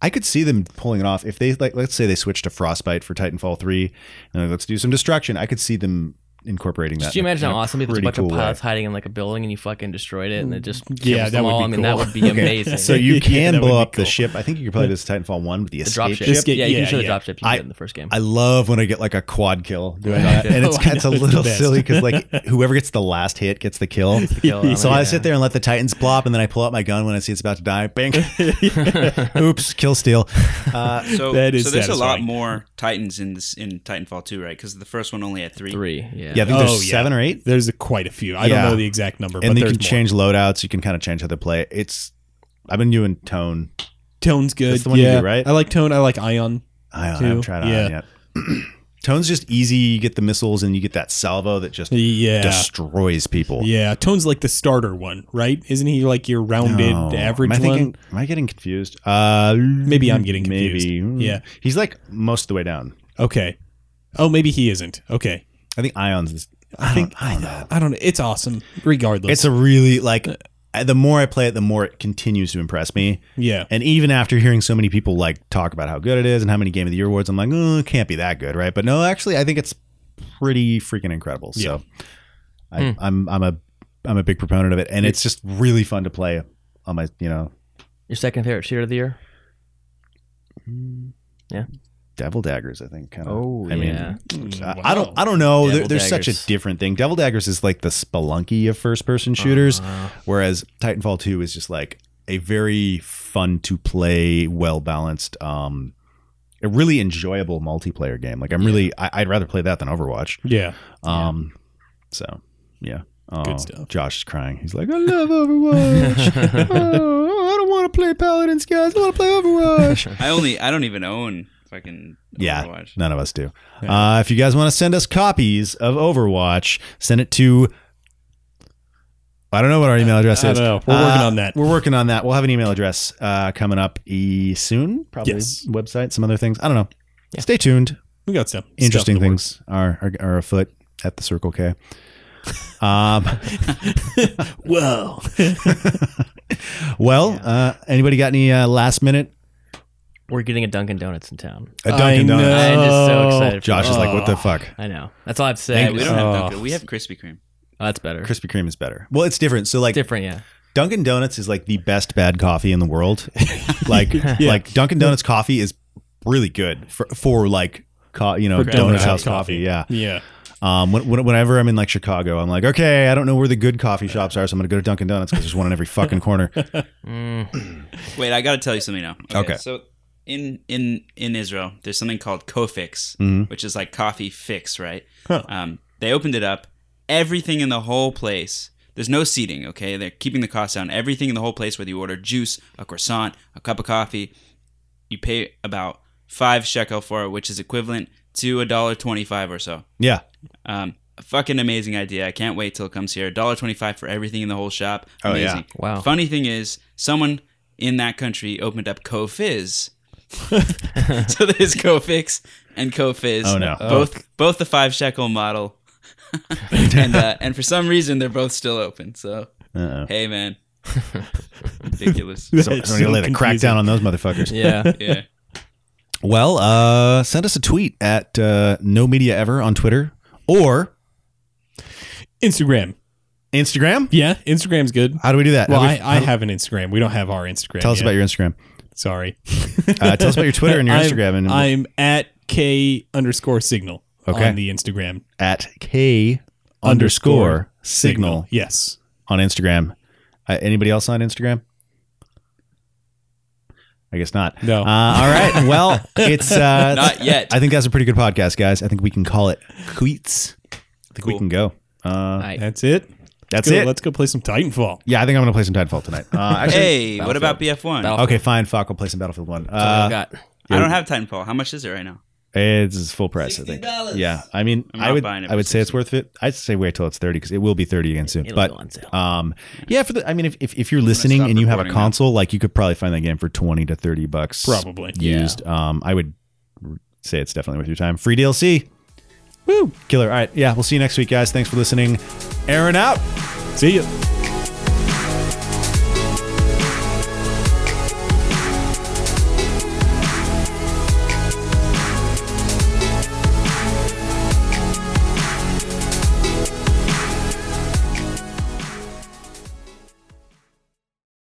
Speaker 1: I could see them pulling it off if they like. Let's say they switch to Frostbite for Titanfall three, and like, let's do some destruction. I could see them incorporating that.
Speaker 2: Just you imagine how awesome if there's a
Speaker 1: pretty
Speaker 2: bunch
Speaker 1: cool
Speaker 2: of
Speaker 1: way.
Speaker 2: pilots hiding in like a building and you fucking destroyed it and it just
Speaker 3: Yeah,
Speaker 2: kills
Speaker 3: that
Speaker 2: them
Speaker 3: would
Speaker 2: all.
Speaker 3: be
Speaker 2: I mean that
Speaker 3: cool.
Speaker 2: would be amazing.
Speaker 1: So you
Speaker 3: Yeah,
Speaker 1: can
Speaker 3: that would
Speaker 1: blow
Speaker 3: be
Speaker 1: up the
Speaker 3: cool.
Speaker 1: ship. I think you could play this Titanfall one, but the,
Speaker 2: the
Speaker 1: escape,
Speaker 2: dropship.
Speaker 1: ship.
Speaker 3: Escape-
Speaker 2: yeah, you
Speaker 3: yeah,
Speaker 2: can show the
Speaker 3: yeah.
Speaker 2: dropship you can
Speaker 1: I-
Speaker 2: get in the first game.
Speaker 1: I love when I get like a quad kill doing that, and it's,
Speaker 3: Oh, I
Speaker 1: it's a
Speaker 3: know, it's the
Speaker 1: little
Speaker 3: best.
Speaker 1: silly because like whoever gets the last hit gets the kill.
Speaker 2: kill,
Speaker 1: so
Speaker 2: yeah.
Speaker 1: I sit there and let the Titans plop, and then I pull out my gun when I see it's about to die. Bang! Oops! Kill steal. Uh,
Speaker 4: so,
Speaker 3: That is
Speaker 4: so there's a lot
Speaker 3: satisfying.
Speaker 4: more Titans in this in Titanfall 2, right? Because the first one only had three.
Speaker 2: Three. Yeah.
Speaker 1: yeah, I think
Speaker 3: Oh,
Speaker 1: there's
Speaker 3: yeah.
Speaker 1: seven or eight.
Speaker 3: There's a, quite a few. I
Speaker 1: Yeah.
Speaker 3: don't know the exact number,
Speaker 1: and
Speaker 3: but
Speaker 1: you
Speaker 3: there's
Speaker 1: can
Speaker 3: more.
Speaker 1: change loadouts. You can kind of change how they play. It's I've been doing tone.
Speaker 3: Tone's good.
Speaker 1: That's the one you
Speaker 3: yeah.
Speaker 1: do, right?
Speaker 3: I like Tone. I like Ion.
Speaker 1: I don't, I
Speaker 3: Two,
Speaker 1: haven't tried
Speaker 3: yeah.
Speaker 1: on yet. Tone's just easy. You get the missiles and you get that salvo that just
Speaker 3: Yeah.
Speaker 1: destroys people.
Speaker 3: yeah. Tone's like the starter one, right? Isn't he like your rounded
Speaker 1: No.
Speaker 3: average
Speaker 1: am I thinking,
Speaker 3: one?
Speaker 1: Am I getting confused? Uh,
Speaker 3: Maybe I'm getting confused.
Speaker 1: Maybe.
Speaker 3: Yeah.
Speaker 1: He's like most of the way down.
Speaker 3: Okay. Oh, maybe he isn't. Okay.
Speaker 1: I think Ion's. This,
Speaker 3: I think
Speaker 1: I don't know.
Speaker 3: I don't know. It's awesome, regardless.
Speaker 1: It's a really like. I- The more I play it, the more it continues to impress me.
Speaker 3: yeah.
Speaker 1: And even after hearing so many people like talk about how good it is and how many Game of the Year awards, I'm like, oh, it can't be that good, right? But no, actually, I think it's pretty freaking incredible. So I, I'm I'm a I'm a big proponent of it, and it's just really fun to play on my you know
Speaker 2: Your second favorite shooter of the year?
Speaker 1: Devil Daggers, I think. Kind of.
Speaker 5: Oh,
Speaker 1: I mean,
Speaker 2: uh,
Speaker 5: yeah.
Speaker 1: I- uh, I don't. I don't know. There,
Speaker 5: Devil
Speaker 1: there's such
Speaker 5: Daggers.
Speaker 1: a different thing. Devil Daggers is like the spelunky of first-person shooters,
Speaker 5: Uh,
Speaker 3: Uh-huh.
Speaker 1: whereas Titanfall 2 is just like a very fun to play, well balanced, um, a really enjoyable multiplayer game. Like I'm really, I, I'd rather play that than Overwatch.
Speaker 3: Yeah.
Speaker 1: Um, so yeah, oh,
Speaker 3: Good stuff.
Speaker 1: Josh is crying. He's like, I love Overwatch. oh, I don't want to play Paladins, guys. I want to play Overwatch.
Speaker 4: I only I don't even own fucking
Speaker 1: Yeah.
Speaker 4: Overwatch.
Speaker 1: None of us do. Uh, if you guys want to send us copies of Overwatch, send it to. I don't know what our email address
Speaker 3: I
Speaker 1: is.
Speaker 3: don't know. We're working
Speaker 1: Uh,
Speaker 3: on that.
Speaker 1: We're working on that. We'll have an email address uh, coming up e- soon, probably
Speaker 3: Yes.
Speaker 1: website, some other things. I don't know. Stay tuned.
Speaker 3: We got some
Speaker 1: Interesting
Speaker 3: stuff in the
Speaker 1: things are, are are afoot at the Circle K. Um,
Speaker 3: Whoa.
Speaker 1: well, uh, anybody got any uh, last minute?
Speaker 5: we're getting a Dunkin' Donuts in town.
Speaker 1: A
Speaker 3: I
Speaker 1: Dunkin' Donuts.
Speaker 3: know.
Speaker 5: I'm just so
Speaker 3: Oh.
Speaker 5: excited. for
Speaker 1: Josh
Speaker 5: that.
Speaker 1: is like, what the fuck?
Speaker 5: I know. That's all I have to say.
Speaker 4: we don't
Speaker 1: Uh,
Speaker 3: Oh.
Speaker 4: have Dunkin'. We have Krispy Kreme.
Speaker 5: Oh, that's better.
Speaker 1: Krispy Kreme is better. Well, it's different. So like
Speaker 5: Different, yeah.
Speaker 1: Dunkin' Donuts is like the best bad coffee in the world. like like Dunkin' Donuts coffee is really good for for like co- you know
Speaker 3: For
Speaker 1: donut,
Speaker 3: donut
Speaker 1: house
Speaker 3: coffee.
Speaker 1: coffee. Yeah.
Speaker 3: Yeah.
Speaker 1: Um. When, when- whenever I'm in like Chicago, I'm like, okay, I don't know where the good coffee shops are, so I'm gonna go to Dunkin' Donuts because there's one on every fucking corner.
Speaker 5: Mm.
Speaker 4: Wait, I got to tell you something now.
Speaker 1: Okay.
Speaker 4: So in in in Israel, there's something called Kofix,
Speaker 1: Mhm.
Speaker 4: which is like coffee fix, right?
Speaker 3: Huh.
Speaker 4: Um, they opened it up. Everything in the whole place. There's no seating. Okay, they're keeping the cost down. Everything in the whole place, whether you order juice, a croissant, a cup of coffee, you pay about five shekel for it, which is equivalent to a dollar twenty-five or so.
Speaker 1: Yeah.
Speaker 4: Um, a fucking amazing idea. I can't wait till it comes here. $1.25 for everything in the whole shop.
Speaker 1: Oh, yeah.
Speaker 4: Amazing.
Speaker 5: Wow.
Speaker 4: Funny thing is, someone in that country opened up CoFizz. so there's CoFix and CoFizz.
Speaker 1: Oh, no.
Speaker 4: Both both the five shekel model. and uh, and for some reason they're both still open. So
Speaker 1: Uh-oh.
Speaker 4: hey man. Ridiculous.
Speaker 1: Uh-uh. So,
Speaker 3: It's
Speaker 1: so you lay the crack
Speaker 3: confusing.
Speaker 1: down on those motherfuckers.
Speaker 5: Yeah.
Speaker 4: Yeah.
Speaker 1: Well, uh, send us a tweet at uh, No Media Ever on Twitter or
Speaker 3: Instagram.
Speaker 1: Instagram.
Speaker 3: Yeah, Instagram's good.
Speaker 1: How do we do that?
Speaker 3: Well,
Speaker 1: How do
Speaker 3: I,
Speaker 1: we-
Speaker 3: I have an Instagram. We don't have our Instagram.
Speaker 1: tell us
Speaker 3: yet.
Speaker 1: about your Instagram.
Speaker 3: Sorry.
Speaker 1: Uh, tell us about your Twitter and your
Speaker 3: I'm-
Speaker 1: Instagram and
Speaker 3: I'm at K underscore signal
Speaker 1: Okay.
Speaker 3: on the Instagram.
Speaker 1: at K
Speaker 3: Underscore
Speaker 1: underscore signal
Speaker 3: Yes.
Speaker 1: on Instagram. Uh, anybody else on Instagram? I guess not.
Speaker 3: No.
Speaker 1: Uh, all right. Well, it's uh,
Speaker 4: Not yet.
Speaker 1: I think that's a pretty good podcast, guys. I think we can call it quits. I think we
Speaker 4: Cool.
Speaker 1: can go. Uh,
Speaker 5: Nice.
Speaker 3: That's it.
Speaker 1: that's
Speaker 3: Go-
Speaker 1: it.
Speaker 3: Let's go play some Titanfall.
Speaker 1: Yeah, I think I'm gonna play some Titanfall tonight. Uh, actually,
Speaker 4: Hey, what about BF1?
Speaker 5: Battle-
Speaker 1: okay, fine. Fuck, we'll play some Battlefield One.
Speaker 5: That's all I've
Speaker 1: Uh,
Speaker 5: got.
Speaker 4: I don't have Titanfall. How much is it right now?
Speaker 1: it's full price, I think. Yeah, I mean,
Speaker 4: I'm
Speaker 1: I
Speaker 4: not
Speaker 1: would,
Speaker 4: buying it
Speaker 1: I would
Speaker 4: for
Speaker 1: say it's worth it. I'd say wait till it's thirty because it will be thirty again soon.
Speaker 5: It'll
Speaker 1: but
Speaker 5: go on sale.
Speaker 1: Um, yeah, for the, I mean, if, if, if you're listening
Speaker 4: stop
Speaker 1: and you have a
Speaker 4: recording now.
Speaker 1: console, like you could probably find that game for 20 to 30 bucks
Speaker 3: Probably.
Speaker 1: used. Um, I would say it's definitely worth your time. Free DLC. Woo. Killer. All right. Yeah. We'll see you next week, guys. Thanks for listening. Aaron out.
Speaker 3: See ya.